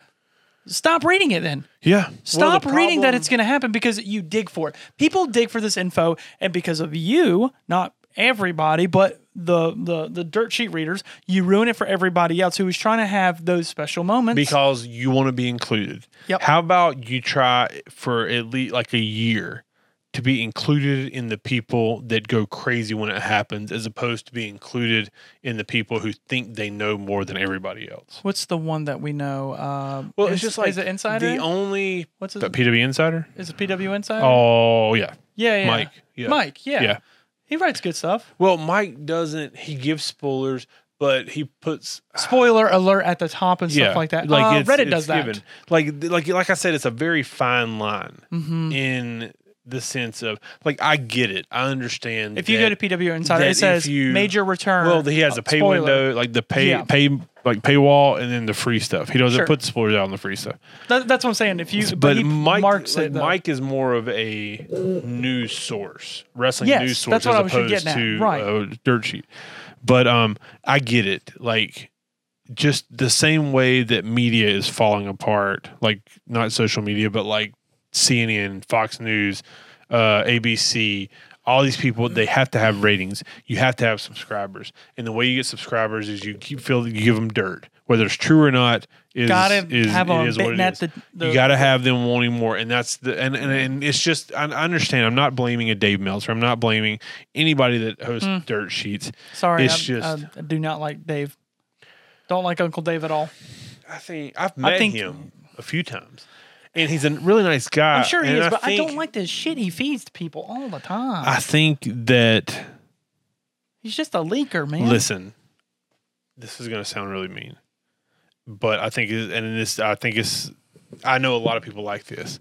Speaker 2: Stop reading it then.
Speaker 1: Yeah.
Speaker 2: Stop reading that it's going to happen because you dig for it. People dig for this info, and because of you, not everybody, but the the the dirt sheet readers, you ruin it for everybody else who is trying to have those special moments.
Speaker 1: because you want to be included.
Speaker 2: Yep.
Speaker 1: How about you try for at least like a year to be included in the people that go crazy when it happens, as opposed to be included in the people who think they know more than everybody else.
Speaker 2: What's the one that we know? Uh,
Speaker 1: Well,
Speaker 2: is-
Speaker 1: it's just like
Speaker 2: is it Insider?
Speaker 1: The only
Speaker 2: What's his,
Speaker 1: But PW Insider.
Speaker 2: is it PW Insider?
Speaker 1: Oh yeah,
Speaker 2: yeah, yeah,
Speaker 1: Mike. Yeah.
Speaker 2: Mike, yeah.
Speaker 1: Yeah.
Speaker 2: he writes good stuff.
Speaker 1: Well, Mike doesn't. He gives spoilers, but he puts
Speaker 2: Spoiler alert at the top and stuff like that. uh,
Speaker 1: it's-
Speaker 2: Reddit
Speaker 1: it's
Speaker 2: does that.
Speaker 1: given. Like like like I said, it's a very fine line
Speaker 2: Mm-hmm.
Speaker 1: in the sense of like I get it. I understand.
Speaker 2: If you
Speaker 1: that-
Speaker 2: go to PW Insider,
Speaker 1: that
Speaker 2: it
Speaker 1: if
Speaker 2: says
Speaker 1: you-
Speaker 2: major return.
Speaker 1: well, he has
Speaker 2: uh,
Speaker 1: a pay
Speaker 2: spoiler.
Speaker 1: window, like the pay
Speaker 2: Yeah.
Speaker 1: pay like paywall, and then the free stuff. He doesn't
Speaker 2: Sure.
Speaker 1: put the spoilers out on the free stuff.
Speaker 2: That, that's what I'm saying. If you, but,
Speaker 1: But
Speaker 2: he
Speaker 1: Mike
Speaker 2: marks
Speaker 1: like,
Speaker 2: it. though.
Speaker 1: Mike is more of a news source, wrestling
Speaker 2: Yes,
Speaker 1: news source
Speaker 2: that's what I
Speaker 1: as
Speaker 2: was
Speaker 1: opposed
Speaker 2: getting at.
Speaker 1: to
Speaker 2: Right.
Speaker 1: a dirt sheet. But um, I get it. Like just the same way that media is falling apart, like not social media, but like CNN, Fox News, uh, ABC, all these people, they have to have ratings. You have to have subscribers, and the way you get subscribers is you keep feel you give them dirt, whether it's true or not. Is
Speaker 2: Gotta
Speaker 1: is,
Speaker 2: have 'em
Speaker 1: it is what
Speaker 2: bitten
Speaker 1: it
Speaker 2: at
Speaker 1: is.
Speaker 2: the- the-
Speaker 1: you got to have them wanting more, and that's the and and, and it's just I, I understand. I'm not blaming a Dave Meltzer. I'm not blaming anybody that hosts
Speaker 2: Hmm.
Speaker 1: dirt sheets.
Speaker 2: Sorry,
Speaker 1: it's
Speaker 2: I,
Speaker 1: just-
Speaker 2: I do not like Dave. Don't like Uncle Dave at all.
Speaker 1: I think I've met
Speaker 2: think-
Speaker 1: him a few times, and he's a really nice guy.
Speaker 2: I'm sure he
Speaker 1: Uh, and
Speaker 2: is, but I don't
Speaker 1: think-
Speaker 2: like the shit he feeds to people all the time.
Speaker 1: I think that
Speaker 2: He's just a leaker, man.
Speaker 1: listen, this is going to sound really mean, but I think it- and this I think it's I know a lot of people like this.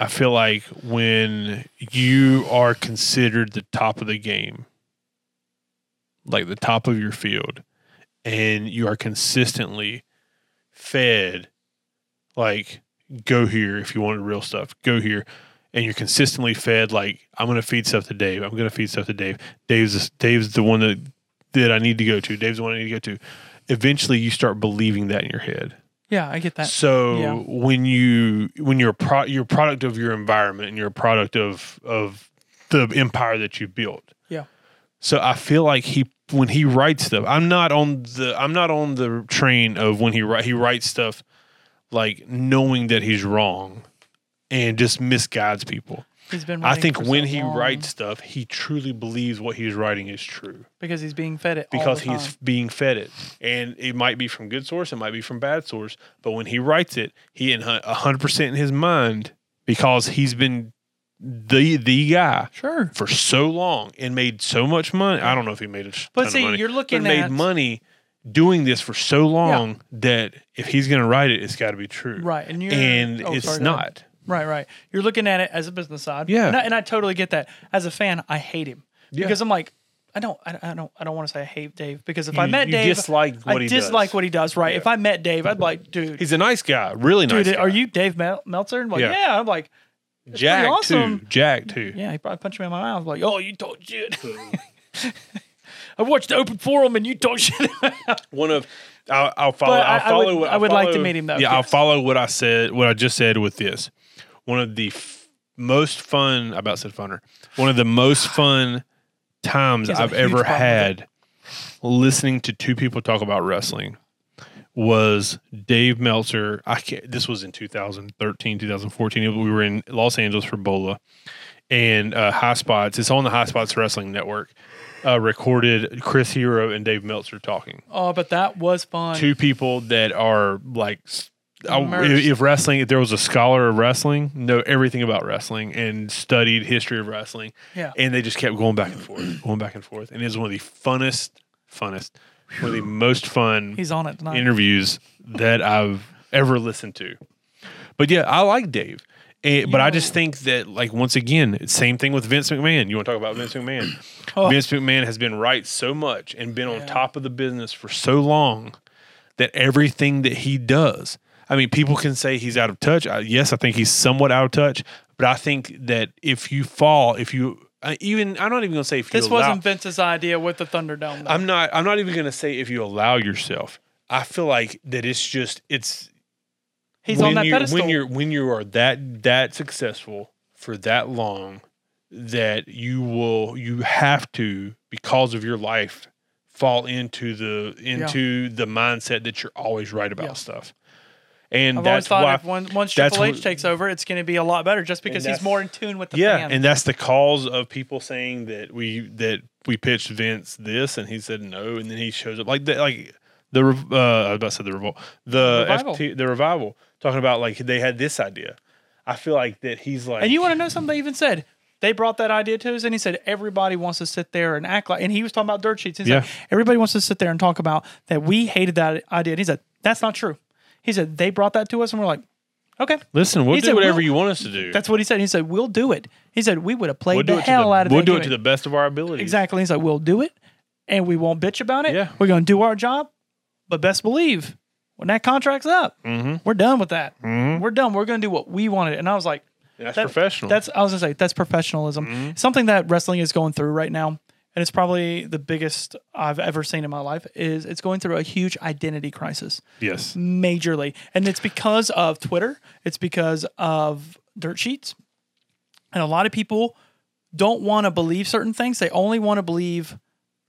Speaker 1: I feel like when you are considered the top of the game, like the top of your field, and you are consistently fed, like, go here if you wanted real stuff, go here. And you're consistently fed, like, I'm going to feed stuff to Dave. I'm going to feed stuff to Dave. Dave's, Dave's the one that, that I need to go to. Dave's the one I need to go to. Eventually, you start believing that in your head.
Speaker 2: Yeah, I get that.
Speaker 1: So
Speaker 2: Uh, yeah.
Speaker 1: when you when you're a pro, you're a product of your environment and you're a product of of the empire that you built.
Speaker 2: Yeah.
Speaker 1: So I feel like he when he writes stuff, I'm not on the I'm not on the train of when he write he writes stuff like knowing that he's wrong and just misguides people.
Speaker 2: He's been.
Speaker 1: I
Speaker 2: writing
Speaker 1: think
Speaker 2: for
Speaker 1: when
Speaker 2: so
Speaker 1: he
Speaker 2: long
Speaker 1: writes stuff, he truly believes what he's writing is true
Speaker 2: because he's being fed it all
Speaker 1: because
Speaker 2: the time.
Speaker 1: he's being fed it and it might be from good source it might be from bad source but when he writes it he in hun- 100% in his mind because he's been the the guy
Speaker 2: sure.
Speaker 1: for so long and made so much money i don't know if he made a sh-
Speaker 2: But
Speaker 1: ton of
Speaker 2: see,
Speaker 1: money,
Speaker 2: you're looking
Speaker 1: but made
Speaker 2: at-
Speaker 1: money doing this for so long that if he's going to write it it's got to be true
Speaker 2: Right, and you're
Speaker 1: and
Speaker 2: oh,
Speaker 1: it's
Speaker 2: sorry, go ahead.
Speaker 1: not
Speaker 2: Right, right. You're looking at it as a business side.
Speaker 1: Yeah.
Speaker 2: and I, and I totally get that. As a fan, I hate him
Speaker 1: Yeah.
Speaker 2: because I'm like, I don't, I, I don't, I don't want to say I hate Dave because if I
Speaker 1: You-
Speaker 2: met
Speaker 1: you
Speaker 2: Dave,
Speaker 1: dislike what
Speaker 2: I
Speaker 1: he
Speaker 2: dislike
Speaker 1: does.
Speaker 2: what he does. Right. If I met Dave, I'd be like, dude,
Speaker 1: he's a nice guy really nice
Speaker 2: dude,
Speaker 1: guy.
Speaker 2: are you Dave Mel- Meltzer? And I'm like,
Speaker 1: Yeah.
Speaker 2: yeah. I'm like,
Speaker 1: jack
Speaker 2: awesome.
Speaker 1: too jack too
Speaker 2: yeah. He probably punched me in my mouth. like, oh, you talk shit. I watched the open forum and you talk shit.
Speaker 1: one of I'll, I'll follow.
Speaker 2: But I-
Speaker 1: I'll
Speaker 2: I
Speaker 1: follow.
Speaker 2: would-
Speaker 1: what,
Speaker 2: I would like to
Speaker 1: follow-
Speaker 2: meet him, though,
Speaker 1: Yeah, I'll
Speaker 2: yes.
Speaker 1: follow what I said, what I just said with this. One of the f- most fun. I about said funner. One of the most fun times
Speaker 2: He has a
Speaker 1: I've
Speaker 2: huge
Speaker 1: ever
Speaker 2: problem with
Speaker 1: had listening to two people talk about wrestling was Dave Meltzer. I can't, this was in 2013, 2014. We were in Los Angeles for Bola and uh, High Spots. It's on the High Spots Wrestling Network. Uh, recorded Chris Hero and Dave Meltzer talking
Speaker 2: oh, but that was fun.
Speaker 1: two people that are like s- I-
Speaker 2: Immersed.
Speaker 1: if, if wrestling if there was a scholar of wrestling know everything about wrestling and studied history of wrestling
Speaker 2: Yeah.
Speaker 1: and they just kept going back and forth going back and forth and it was one of the funnest funnest one of the most fun
Speaker 2: He's on it tonight.
Speaker 1: interviews that I've ever listened to. But yeah, I like Dave. And, but I just think that, like, once again, it's same thing with Vince McMahon. You want to talk about Vince McMahon?
Speaker 2: Oh.
Speaker 1: Vince McMahon has been right so much and been on top of the business for so long that everything that he does, I mean, people can say he's out of touch. I, yes, I think he's somewhat out of touch, but I think that if you fall, if you uh, even, I'm not even going to say if
Speaker 2: This
Speaker 1: you allow-
Speaker 2: wasn't Vince's idea with the Thunderdome. though.
Speaker 1: I'm not. I'm not even going to say if you allow yourself. I feel like that it's just it's
Speaker 2: He's
Speaker 1: when
Speaker 2: on that
Speaker 1: you,
Speaker 2: pedestal.
Speaker 1: when you're when you are that that successful for that long that you will you have to because of your life fall into the into the mindset that you're always right about
Speaker 2: Yeah.
Speaker 1: stuff. And
Speaker 2: I've always
Speaker 1: that's
Speaker 2: thought
Speaker 1: why
Speaker 2: if one, once
Speaker 1: that's
Speaker 2: Triple H
Speaker 1: what-
Speaker 2: takes over, it's going to be a lot better just because he's
Speaker 1: that's-
Speaker 2: more in tune with the
Speaker 1: yeah,
Speaker 2: fan.
Speaker 1: and that's the cause of people saying that we that we pitched Vince this, and he said no, and then he shows up like that, like the rev- uh, I was about to say the revolt, the
Speaker 2: Revival.
Speaker 1: FT, the revival, talking about like they had this idea. I feel like that he's like,
Speaker 2: And you want to know something they even said? They brought that idea to us, and he said everybody wants to sit there and act like. And he was talking about dirt sheets. And he's like,
Speaker 1: Yeah.
Speaker 2: everybody wants to sit there and talk about that we hated that idea. And he said that's not true. He said they brought that to us, and we're like, okay,
Speaker 1: listen, we'll
Speaker 2: He
Speaker 1: do
Speaker 2: said,
Speaker 1: whatever
Speaker 2: "We'll-
Speaker 1: you want us to do.
Speaker 2: that's what he said. He said we'll do it. He said we would have played
Speaker 1: we'll do
Speaker 2: the
Speaker 1: it to the,
Speaker 2: hell out of
Speaker 1: we'll
Speaker 2: that
Speaker 1: do it
Speaker 2: game."
Speaker 1: to the best of our ability.
Speaker 2: exactly. He's like we'll do it, and we won't bitch about it.
Speaker 1: Yeah.
Speaker 2: we're going to do our job, but best believe when that contract's up,
Speaker 1: Mm-hmm.
Speaker 2: we're done with that. We're done. We're going to do what we wanted. And I was like,
Speaker 1: That's
Speaker 2: that-
Speaker 1: professional. Mm-hmm.
Speaker 2: That's I was gonna say that's professionalism. Something that wrestling is going through right now, and it's probably the biggest I've ever seen in my life. Is it's going through a huge identity crisis,
Speaker 1: yes,
Speaker 2: majorly, and it's because of Twitter. It's because of dirt sheets, and a lot of people don't want to believe certain things. They only want to believe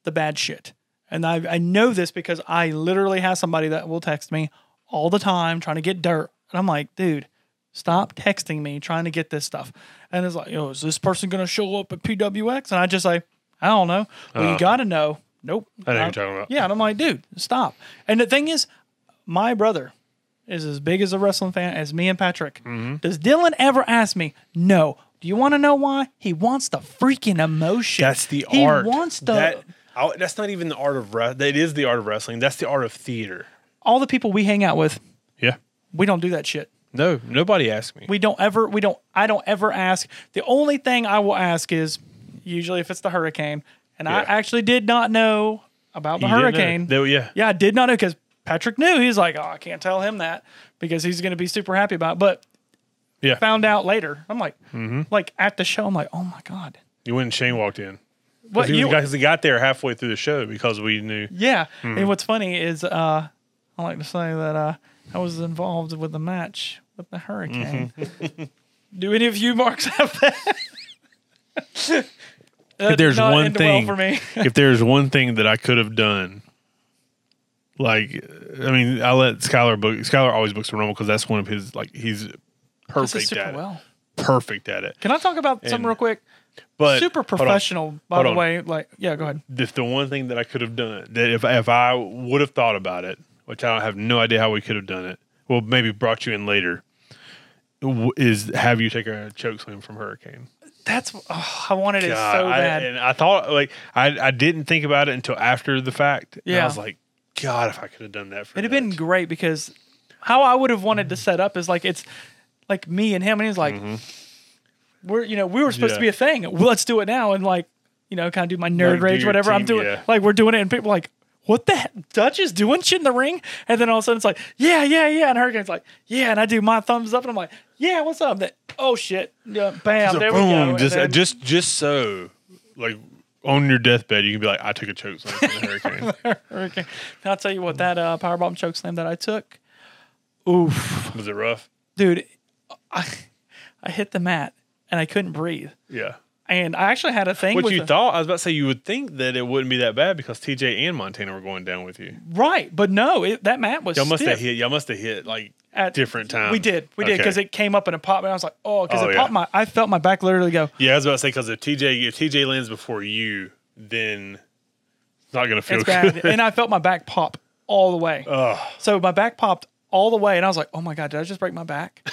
Speaker 2: the bad shit. And I, I know this because I literally have somebody that will text me all the time trying to get dirt. And I'm like, dude, stop texting me trying to get this stuff. And it's like, yo, is this person going to show up at PWX? And I just say, I don't know. Well, you got to know. Nope.
Speaker 1: Uh. I know what
Speaker 2: I'm-
Speaker 1: you're talking about.
Speaker 2: Yeah. And I'm like, dude, stop. And the thing is, my brother is as big as a wrestling fan as me and Patrick.
Speaker 1: Mm-hmm.
Speaker 2: Does Dylan ever ask me, no? Do you want to know why? He wants the freaking emotion.
Speaker 1: That's the
Speaker 2: he
Speaker 1: art.
Speaker 2: wants the
Speaker 1: that, I- that's not even the art of re- that is the art of wrestling. That's the art of theater.
Speaker 2: all the people we hang out with,
Speaker 1: Yeah.
Speaker 2: we don't do that shit.
Speaker 1: No, nobody asked me.
Speaker 2: We don't ever, we don't, I don't ever ask. The only thing I will ask is usually if it's the hurricane. And I
Speaker 1: Yeah.
Speaker 2: actually did not know about the
Speaker 1: You didn't know.
Speaker 2: hurricane.
Speaker 1: They- yeah.
Speaker 2: Yeah, I did not know because Patrick knew. He's like, oh, I can't tell him that because he's going to be super happy about it. But
Speaker 1: Yeah.
Speaker 2: found out later. I'm like,
Speaker 1: Mm-hmm.
Speaker 2: like at the show, I'm like, oh my God.
Speaker 1: You when Shane walked in.
Speaker 2: What
Speaker 1: Because
Speaker 2: you,
Speaker 1: he got there halfway through the show because we knew.
Speaker 2: Yeah.
Speaker 1: Mm-hmm.
Speaker 2: And what's funny is uh, I like to say that uh, I was involved with the match with the hurricane.
Speaker 1: Mm-hmm.
Speaker 2: Do any of you marks have that? That
Speaker 1: there's
Speaker 2: did not
Speaker 1: one
Speaker 2: end
Speaker 1: thing-
Speaker 2: well for me.
Speaker 1: if there's one thing that I could have done, like, I mean, I let Skylar book. Skylar always books the Rumble because that's one of his like he's
Speaker 2: This is
Speaker 1: perfect
Speaker 2: super
Speaker 1: at it.
Speaker 2: well.
Speaker 1: Perfect at it.
Speaker 2: Can I talk about something
Speaker 1: And-
Speaker 2: real quick?
Speaker 1: But
Speaker 2: super
Speaker 1: hold on.
Speaker 2: professional, by
Speaker 1: Hold
Speaker 2: the
Speaker 1: on.
Speaker 2: way. Like, yeah, go ahead.
Speaker 1: If the one thing that I could have done that if if I would have thought about it, which I have no idea how we could have done it. Well, maybe brought you in later. w- Is have you take a choke slam from Hurricane?
Speaker 2: That's oh, I wanted it
Speaker 1: God,
Speaker 2: so
Speaker 1: I-
Speaker 2: bad.
Speaker 1: and I thought like I, I didn't think about it until after the fact. And
Speaker 2: Yeah.
Speaker 1: I was like, God, if I could have done that for
Speaker 2: It'd have
Speaker 1: that."
Speaker 2: been great because how I would have wanted to set up is like it's like me and him, and he's like, we're you know we were supposed to
Speaker 1: Mm-hmm. Yeah.
Speaker 2: be a thing. Well, let's do it now, and like you know kind of do my nerd
Speaker 1: do
Speaker 2: rage,
Speaker 1: your
Speaker 2: whatever I'm
Speaker 1: team,
Speaker 2: doing.
Speaker 1: yeah.
Speaker 2: Like we're doing it, and people are like. What the heck? Dutch is doing shit in the ring, and then all of a sudden it's like, yeah, yeah, yeah, and Hurricane's like, yeah, and I do my thumbs up, and I'm like, yeah, what's up? That oh shit, yeah, bam,
Speaker 1: So
Speaker 2: there we go.
Speaker 1: boom,
Speaker 2: and
Speaker 1: just
Speaker 2: then-
Speaker 1: just just so like on your deathbed, you can be like, I took a choke slam from the hurricane.
Speaker 2: Hurricane. I'll tell you what, that uh, powerbomb chokeslam that I took, oof,
Speaker 1: Was it rough?
Speaker 2: dude, I I hit the mat and I couldn't breathe.
Speaker 1: Yeah.
Speaker 2: And I actually had a thing
Speaker 1: What
Speaker 2: with
Speaker 1: you
Speaker 2: the-
Speaker 1: thought? I was about to say you would think that it wouldn't be that bad because TJ and Montana were going down with you.
Speaker 2: right, but no, it, that mat was
Speaker 1: Y'all must
Speaker 2: stiff
Speaker 1: have hit. Y'all must have hit like
Speaker 2: at-
Speaker 1: different times.
Speaker 2: We did, we did,
Speaker 1: Okay.
Speaker 2: because it came up in a pop, and I was like, oh, because
Speaker 1: Oh,
Speaker 2: it
Speaker 1: yeah.
Speaker 2: popped my, I felt my back literally go.
Speaker 1: Yeah, I was about to say because if TJ if TJ lands before you, then it's not gonna feel
Speaker 2: It's
Speaker 1: good.
Speaker 2: bad, and I felt my back pop all the way. So my back popped all the way, and I was like, oh my god, did I just break my back?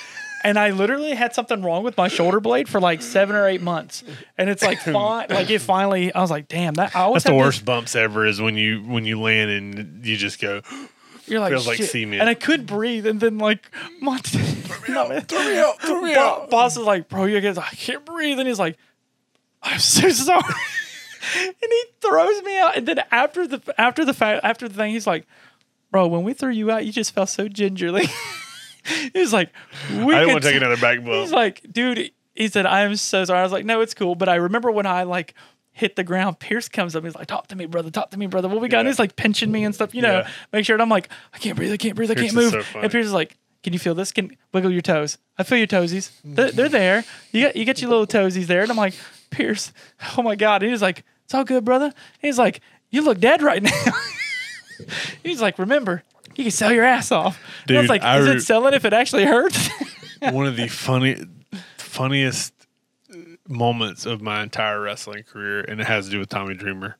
Speaker 2: And I literally had something wrong with my shoulder blade for like seven or eight months, and it's like, fine, like it finally. I was like, damn, that I always
Speaker 1: That's the
Speaker 2: have this-
Speaker 1: worst bumps ever is when you when you land and you just go
Speaker 2: You're like,
Speaker 1: Feels like
Speaker 2: "Shit."
Speaker 1: cement.
Speaker 2: And I could breathe, and then like, Monty,
Speaker 1: throw me out, throw me
Speaker 2: Bo- boss is like, bro, you guys, I can't breathe, and he's like, I'm so sorry, and he throws me out, and then after the after the fact after the thing, he's like, bro, when we threw you out, you just felt so gingerly. He's like, we
Speaker 1: I didn't
Speaker 2: could
Speaker 1: want to take
Speaker 2: t-
Speaker 1: another back blow.
Speaker 2: He's like, dude, he said, I'm so sorry. I was like, no, it's cool. But I remember when I like hit the ground, Pierce comes up. He's like, talk to me, brother. Talk to me, brother. What we got? And
Speaker 1: Yeah.
Speaker 2: he's like pinching me and stuff, you know,
Speaker 1: Yeah.
Speaker 2: make sure. And I'm like, I can't breathe. I can't breathe. I
Speaker 1: Pierce
Speaker 2: can't move.
Speaker 1: is so funny.
Speaker 2: and Pierce is like, can you feel this? Can wiggle your toes. I feel your toesies. They're, they're there. You got, you got your little toesies there. And I'm like, Pierce, oh my God. And he's like, it's all good, brother. And he's like, you look dead right now. he's like, remember, you can sell your ass off. and I was
Speaker 1: Dude,
Speaker 2: like,
Speaker 1: I
Speaker 2: is
Speaker 1: re-
Speaker 2: it selling if it actually hurts?
Speaker 1: one of the funny, funniest uh, moments of my entire wrestling career, and it has to do with Tommy Dreamer,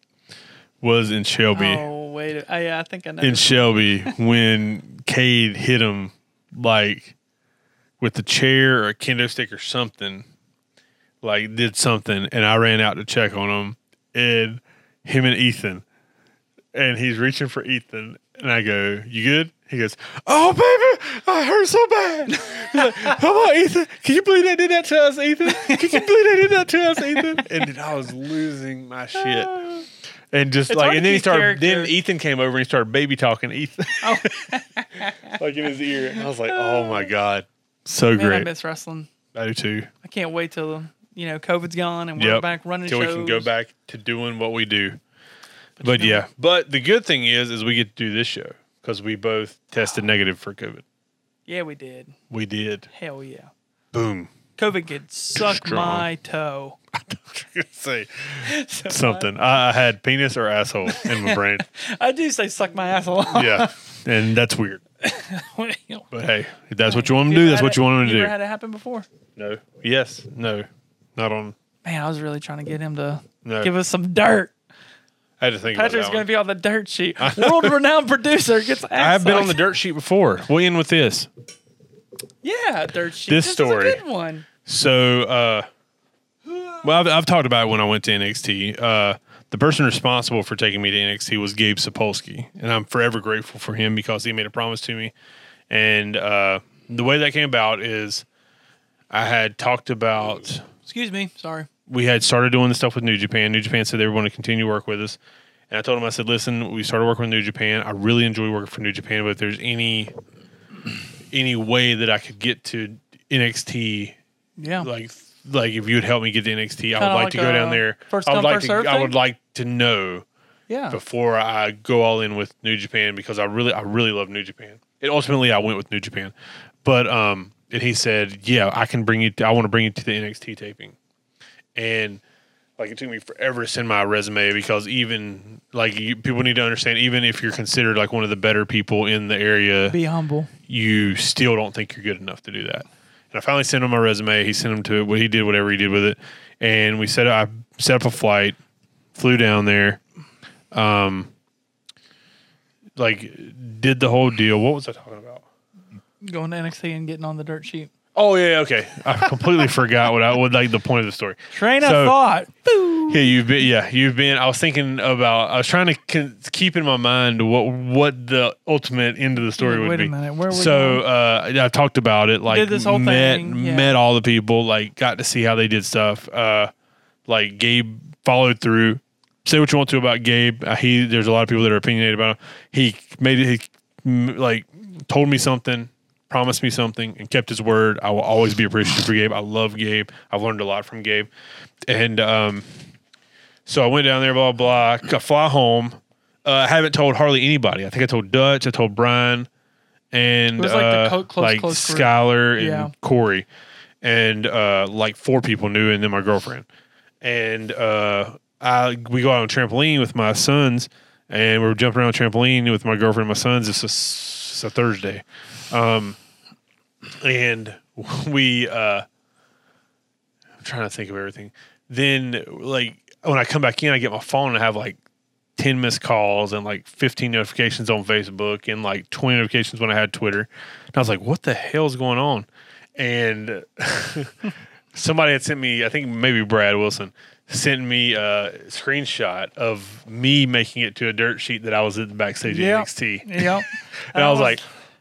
Speaker 1: was in Shelby.
Speaker 2: Oh wait, a- I, yeah, I think I know.
Speaker 1: In Shelby, when Cade hit him like with the chair or a kendo stick or something, like did something, and I ran out to check on him, and him and Ethan, and he's reaching for Ethan, and I go, "You good?" He goes, "Oh baby, I hurt so bad." He's like, Come on, Ethan, can you believe they did that to us, Ethan? Can you believe they did that to us, Ethan? And dude, I was losing my shit. And just
Speaker 2: hard
Speaker 1: like,
Speaker 2: to
Speaker 1: and then he
Speaker 2: keep
Speaker 1: started. Then
Speaker 2: character. Oh.
Speaker 1: Ethan came over and he started baby talking Ethan, like in his ear. And I was like, "Oh my god, so
Speaker 2: Man, I
Speaker 1: great!"
Speaker 2: miss wrestling.
Speaker 1: I do too.
Speaker 2: I can't wait till you know COVID's gone and we're
Speaker 1: Yep.
Speaker 2: back running
Speaker 1: Till
Speaker 2: shows.
Speaker 1: we can go back to doing what we do. But,
Speaker 2: you know-
Speaker 1: yeah, but the good thing is, is we get to do this show because we both
Speaker 2: Ah.
Speaker 1: tested negative for COVID.
Speaker 2: Yeah, we did.
Speaker 1: We did.
Speaker 2: Hell yeah.
Speaker 1: Boom.
Speaker 2: COVID could suck
Speaker 1: Strong.
Speaker 2: my toe.
Speaker 1: Say something. I, I had penis or asshole in my brain.
Speaker 2: I do say suck my ass a lot.
Speaker 1: yeah, and that's weird.
Speaker 2: You
Speaker 1: But hey, if that's what you want 'em to do,
Speaker 2: ever
Speaker 1: that's
Speaker 2: had
Speaker 1: what you
Speaker 2: it-
Speaker 1: want 'em
Speaker 2: You
Speaker 1: to
Speaker 2: ever
Speaker 1: do.
Speaker 2: had it happen before?
Speaker 1: No. Yes. No. Not on.
Speaker 2: Man, I was really trying to get him to
Speaker 1: No.
Speaker 2: give us some dirt.
Speaker 1: I had to think about
Speaker 2: Patrick's
Speaker 1: that
Speaker 2: going to
Speaker 1: one.
Speaker 2: be on the dirt sheet. World-renowned producer gets. Ass
Speaker 1: I have been on the
Speaker 2: sucked.
Speaker 1: dirt sheet before. We'll end with this.
Speaker 2: Yeah, dirt sheet.
Speaker 1: This
Speaker 2: is a
Speaker 1: story.
Speaker 2: good one.
Speaker 1: So, uh, well, I've, I've talked about it when I went to NXT. Uh, the person responsible for taking me to NXT was Gabe Sapolsky, and I'm forever grateful for him because he made a promise to me. And uh, the way that came about is I had talked about
Speaker 2: Excuse me. Sorry.
Speaker 1: we had started doing the stuff with New Japan. New Japan said they were going to continue to work with us. And I told them, I said, listen, we started working with New Japan. I really enjoy working for New Japan, but if there's any any way that I could get to NXT,
Speaker 2: Yeah.
Speaker 1: like like if you would help me get to NXT, I would
Speaker 2: Kinda
Speaker 1: like,
Speaker 2: like
Speaker 1: to go down
Speaker 2: a
Speaker 1: there.
Speaker 2: first
Speaker 1: I would
Speaker 2: come,
Speaker 1: like
Speaker 2: first
Speaker 1: to
Speaker 2: served
Speaker 1: I
Speaker 2: thing?
Speaker 1: would like to know
Speaker 2: yeah.
Speaker 1: before I go all in with New Japan because I really I really love New Japan. And ultimately I went with New Japan. But um and he said, "Yeah, I can bring you I want to bring you to the NXT taping." And like it took me forever to send my resume because even like you, people need to understand even if you're considered like one of the better people in the area,
Speaker 2: Be humble.
Speaker 1: you still don't think you're good enough to do that. And I finally sent him my resume. He sent him to what he did, whatever he did with it. And we set up, I set up a flight, flew down there, um, like did the whole deal. What was I talking about?
Speaker 2: Going to NXT and getting on the dirt sheet.
Speaker 1: Oh yeah, okay. I completely forgot what I what like the point of the story.
Speaker 2: Train
Speaker 1: So-
Speaker 2: of thought.
Speaker 1: Yeah, you've been. Yeah, you've been. I was thinking about. I was trying to con- keep in my mind what what the ultimate end of the story
Speaker 2: Yeah,
Speaker 1: would
Speaker 2: wait a
Speaker 1: be.
Speaker 2: minute, where are we
Speaker 1: so uh, I talked about it. Like
Speaker 2: Did this whole
Speaker 1: met
Speaker 2: thing, yeah.
Speaker 1: met all the people. Like got to see how they did stuff. Uh, like Gabe followed through. Say what you want to about Gabe. Uh, he there's a lot of people that are opinionated about him. He made it. He mm, like told me something. Promised me something and kept his word. I will always be appreciative for Gabe. I love Gabe. I've learned a lot from Gabe, and um, so I went down there, blah blah. blah. Fly home. Uh, I haven't told hardly anybody. I think I told Dutch. I told Brian, and
Speaker 2: It was like the
Speaker 1: uh,
Speaker 2: co- close,
Speaker 1: like
Speaker 2: close group.
Speaker 1: Skylar and
Speaker 2: Yeah.
Speaker 1: Corey, and uh, like four people knew, and then my girlfriend. And uh, I we go out on trampoline with my sons, and we are jumping around trampoline with my girlfriend and my sons. It's a, s- it's a Thursday, um, and we. Uh, I'm trying to think of everything. Then like when I come back in, I get my phone and I have like ten missed calls and like fifteen notifications on Facebook and like twenty notifications when I had Twitter. And I was like, what the hell's going on? And somebody had sent me, I think maybe Brad Wilson sent me a screenshot of me making it to a dirt sheet that I was at the backstage
Speaker 2: Yeah.
Speaker 1: at NXT. And
Speaker 2: Yep.
Speaker 1: I was, like,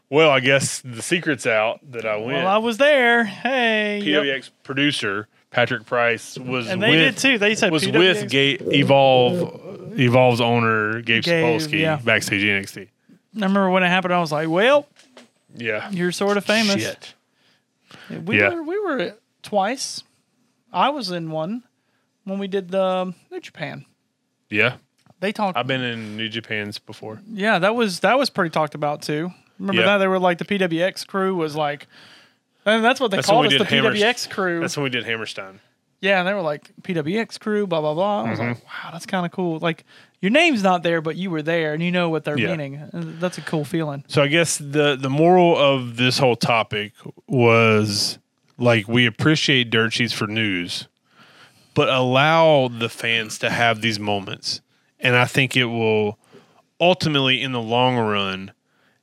Speaker 1: well, I guess the secret's out that I went.
Speaker 2: well, I was there. Hey. yep.
Speaker 1: PWX producer Patrick Price was
Speaker 2: And they
Speaker 1: with,
Speaker 2: did too. They said
Speaker 1: was
Speaker 2: PWX.
Speaker 1: with Ga- Evolve Evolve's owner Gabe,
Speaker 2: Gabe,
Speaker 1: Sapolsky
Speaker 2: yeah.
Speaker 1: backstage at NXT.
Speaker 2: I remember when it happened, I was like, well,
Speaker 1: Yeah.
Speaker 2: You're sort of famous.
Speaker 1: Shit.
Speaker 2: We
Speaker 1: Yeah.
Speaker 2: were we were at twice. I was in one when we did the um, New Japan.
Speaker 1: Yeah.
Speaker 2: They talked.
Speaker 1: I've been in New Japan's before.
Speaker 2: yeah, that was that was pretty talked about too. Remember
Speaker 1: Yeah.
Speaker 2: that they were like the PWX crew was like, and that's what they
Speaker 1: That's when
Speaker 2: called
Speaker 1: we
Speaker 2: us,
Speaker 1: did
Speaker 2: the
Speaker 1: Hammers-
Speaker 2: PWX crew.
Speaker 1: That's when we did Hammerstein.
Speaker 2: Yeah, and they were like PWX crew, blah blah blah. I was like,
Speaker 1: Mm-hmm.
Speaker 2: wow, that's kind of cool. Like your name's not there, but you were there, and you know what they're
Speaker 1: Yeah.
Speaker 2: meaning. And That's a cool feeling.
Speaker 1: So I guess the the moral of this whole topic was like we appreciate dirt sheets for news, but allow the fans to have these moments. And I think it will ultimately in the long run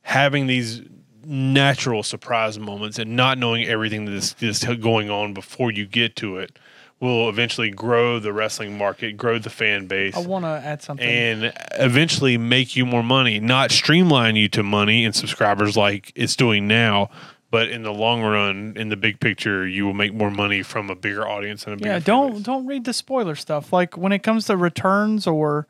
Speaker 1: having these natural surprise moments and not knowing everything that is, is going on before you get to it will eventually grow the wrestling market, grow the fan base
Speaker 2: I want to add something.
Speaker 1: and eventually make you more money, not streamline you to money and subscribers like it's doing now. But in the long run, in the big picture, you will make more money from a bigger audience and a bigger
Speaker 2: yeah,
Speaker 1: fan
Speaker 2: don't
Speaker 1: base.
Speaker 2: don't read the spoiler stuff. Like when it comes to returns or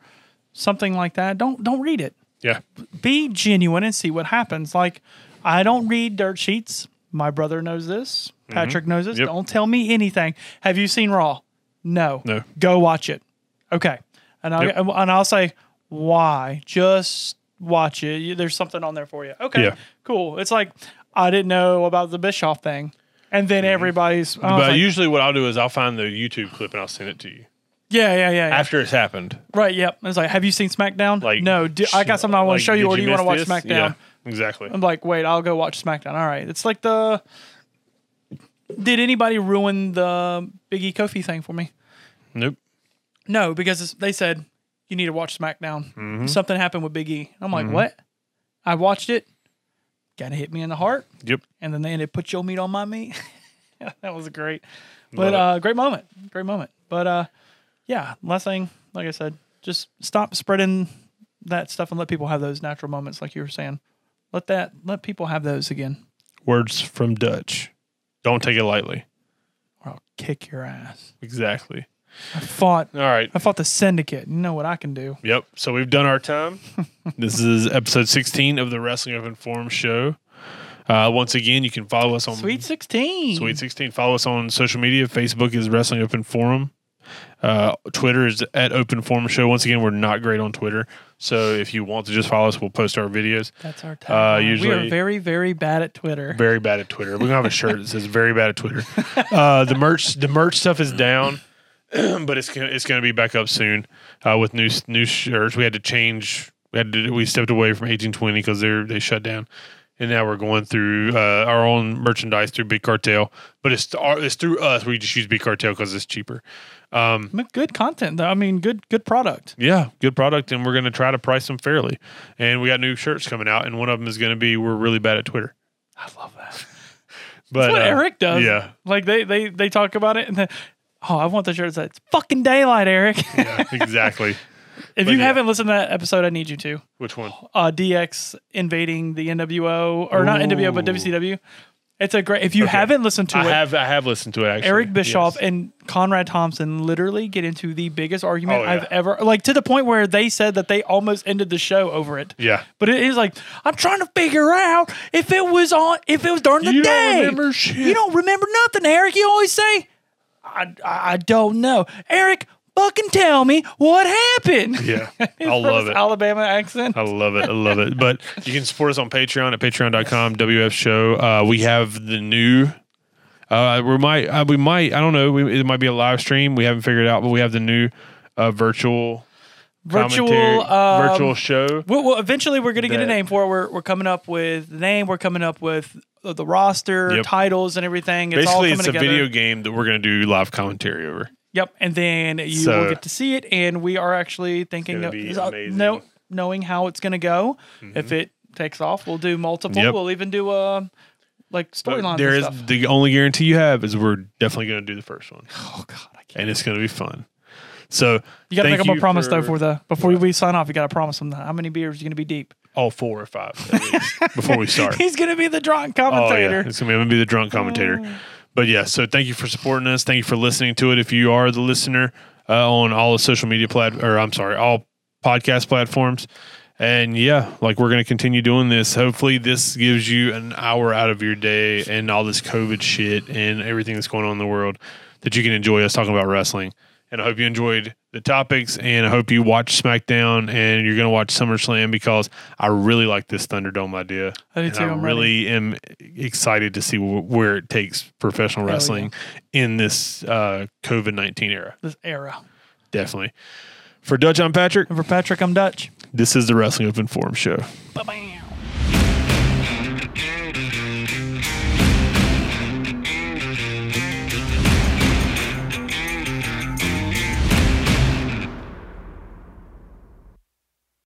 Speaker 2: something like that, don't don't read it.
Speaker 1: yeah
Speaker 2: Be genuine and see what happens. Like I don't read dirt sheets. My brother knows this. Patrick knows this.
Speaker 1: Mm-hmm. Yep.
Speaker 2: Don't tell me anything. Have you seen Raw? No.
Speaker 1: No.
Speaker 2: Go watch it. Okay. And I'll
Speaker 1: Yep.
Speaker 2: and I'll say why. Just watch it. You- There's something on there for you. Okay.
Speaker 1: Yeah.
Speaker 2: Cool. It's like I didn't know about the Bischoff thing. And
Speaker 1: Mm-hmm.
Speaker 2: then everybody's I was
Speaker 1: But
Speaker 2: like,
Speaker 1: usually, what I'll do is I'll find the YouTube clip and I'll send it to you
Speaker 2: yeah, yeah, yeah, yeah.
Speaker 1: after it's happened.
Speaker 2: Right. Yep. It's like, have you seen SmackDown?
Speaker 1: Like,
Speaker 2: no. Do, I got something I want
Speaker 1: like,
Speaker 2: to show you,
Speaker 1: did
Speaker 2: or do you want to watch
Speaker 1: miss
Speaker 2: SmackDown?
Speaker 1: this? Yeah, exactly.
Speaker 2: I'm like, wait, I'll go watch SmackDown. All right. It's like the. Did anybody ruin the Biggie Kofi thing for me?
Speaker 1: Nope.
Speaker 2: No, because it's, they said you need to watch SmackDown.
Speaker 1: Mm-hmm.
Speaker 2: Something happened with Big E. I'm like, what? I watched it. Got to hit me in the heart,
Speaker 1: Yep.
Speaker 2: and then they ended put your meat on my meat. that was great,
Speaker 1: Love
Speaker 2: but
Speaker 1: it.
Speaker 2: uh, great moment, great moment. But uh, yeah, last thing, like I said, just stop spreading that stuff and let people have those natural moments, like you were saying. Let that let people have those again,
Speaker 1: Words from Dutch. Don't take it lightly.
Speaker 2: or I'll kick your ass.
Speaker 1: Exactly.
Speaker 2: I fought,
Speaker 1: All right.
Speaker 2: I fought the syndicate. You know what I can do.
Speaker 1: Yep. So we've done our time. this is episode 16 of the Wrestling of Informed show. Uh, once again, you can follow us on
Speaker 2: Sweet sixteen.
Speaker 1: Sweet 16. Follow us on social media. Facebook is Wrestling Open Forum. Uh, Twitter is at Open Forum Show. Once again, we're not great on Twitter. So if you want to just follow us, we'll post our videos.
Speaker 2: That's our time. we
Speaker 1: Uh, usually-
Speaker 2: are very, very bad at Twitter.
Speaker 1: Very bad at Twitter. We're gonna have a shirt that says "Very bad at Twitter." Uh, the merch, the merch stuff is down, but it's gonna, it's gonna be back up soon uh, with new new shirts. We had to change. We had to, we stepped away from eighteen twenty because they they shut down, and now we're going through uh, our own merchandise through Big Cartel. But it's our, it's through us. We just use Big Cartel because it's cheaper.
Speaker 2: M- Good content, though. I mean, good, good product.
Speaker 1: Yeah, good product, and we're gonna try to price them fairly. And we got new shirts coming out, and one of them is gonna be we're really bad at Twitter.
Speaker 2: I love that.
Speaker 1: But
Speaker 2: That's what
Speaker 1: uh,
Speaker 2: Eric does.
Speaker 1: Yeah,
Speaker 2: like they, they, they talk about it, and then, oh, I want the shirt that says "Fucking Daylight," Eric.
Speaker 1: yeah, exactly.
Speaker 2: if you
Speaker 1: yeah.
Speaker 2: haven't listened to that episode, I need you to.
Speaker 1: Which one?
Speaker 2: Uh, DX invading the NWO, or not NWO, but
Speaker 1: Ooh.
Speaker 2: WCW. It's a great. If you haven't listened to
Speaker 1: I
Speaker 2: it,
Speaker 1: have I have listened to it actually.
Speaker 2: Eric Bischoff
Speaker 1: Yes.
Speaker 2: and Conrad Thompson literally get into the biggest argument
Speaker 1: Oh, yeah.
Speaker 2: I've ever like to the point where they said that they almost ended the show over it.
Speaker 1: Yeah.
Speaker 2: But it is like I'm trying to figure out if it was on if it was during the
Speaker 1: You don't
Speaker 2: day.
Speaker 1: remember shit.
Speaker 2: You don't remember nothing, Eric. You always say I I, I don't know. Eric, fucking tell me what happened.
Speaker 1: Yeah.
Speaker 2: His
Speaker 1: I love
Speaker 2: first
Speaker 1: it. Uh,
Speaker 2: Alabama accent.
Speaker 1: I love it. I love it. But you can support us on Patreon at patreon.com WF show. Uh, we have the new uh, we might uh, we might I don't know, we, it might be a live stream. We haven't figured it out, but we have the new uh, virtual commentary-
Speaker 2: Virtual um,
Speaker 1: virtual show.
Speaker 2: Well, well eventually we're going to get a
Speaker 1: That-
Speaker 2: name for it. We're, we're coming up with the name. We're coming up with the the roster,
Speaker 1: Yep.
Speaker 2: titles, and everything. It's all
Speaker 1: Basically,
Speaker 2: coming
Speaker 1: it's a
Speaker 2: together.
Speaker 1: video game that we're going to do live commentary over.
Speaker 2: Yep. And then you
Speaker 1: So-
Speaker 2: will get to see it. And we are actually thinking
Speaker 1: gonna
Speaker 2: of
Speaker 1: be
Speaker 2: is, uh,
Speaker 1: amazing. Mm-hmm.
Speaker 2: know- knowing how it's going to go. If it takes off, we'll do multiple.
Speaker 1: Yep.
Speaker 2: We'll even do a like storyline
Speaker 1: There is
Speaker 2: stuff.
Speaker 1: the only guarantee you have is we're definitely going to do the first one,
Speaker 2: oh God, I can't.
Speaker 1: and it's going to be fun. So
Speaker 2: You got to
Speaker 1: thank
Speaker 2: make them a
Speaker 1: you
Speaker 2: promise though for the before we sign off. You got to promise them that how many beers you going to be deep.
Speaker 1: all four or five at least before we start.
Speaker 2: He's going to be the drunk
Speaker 1: Oh
Speaker 2: commentator. Mm.
Speaker 1: yeah, it's gonna be, I'm gonna be the drunk commentator. But yeah, so thank you for supporting us. Thank you for listening to it. If you are the listener uh, on all the social media plat, or I'm sorry, all podcast platforms, And yeah, like we're going to continue doing this. Hopefully, this gives you an hour out of your day and all this COVID shit and everything that's going on in the world that you can enjoy us talking about wrestling. And I hope you enjoyed the topics and I hope you watch SmackDown and you're going to watch SummerSlam because I really like this Thunderdome idea.
Speaker 2: I do
Speaker 1: And
Speaker 2: too.
Speaker 1: I
Speaker 2: I'm
Speaker 1: really am excited to see wh- where it takes professional
Speaker 2: Hell yeah.
Speaker 1: wrestling in this uh, COVID 19 era.
Speaker 2: This era.
Speaker 1: Definitely. For Dutch, I'm Patrick.
Speaker 2: And for Patrick, I'm Dutch.
Speaker 1: This is the Wrestling Open Forum Show.
Speaker 2: Bye bye.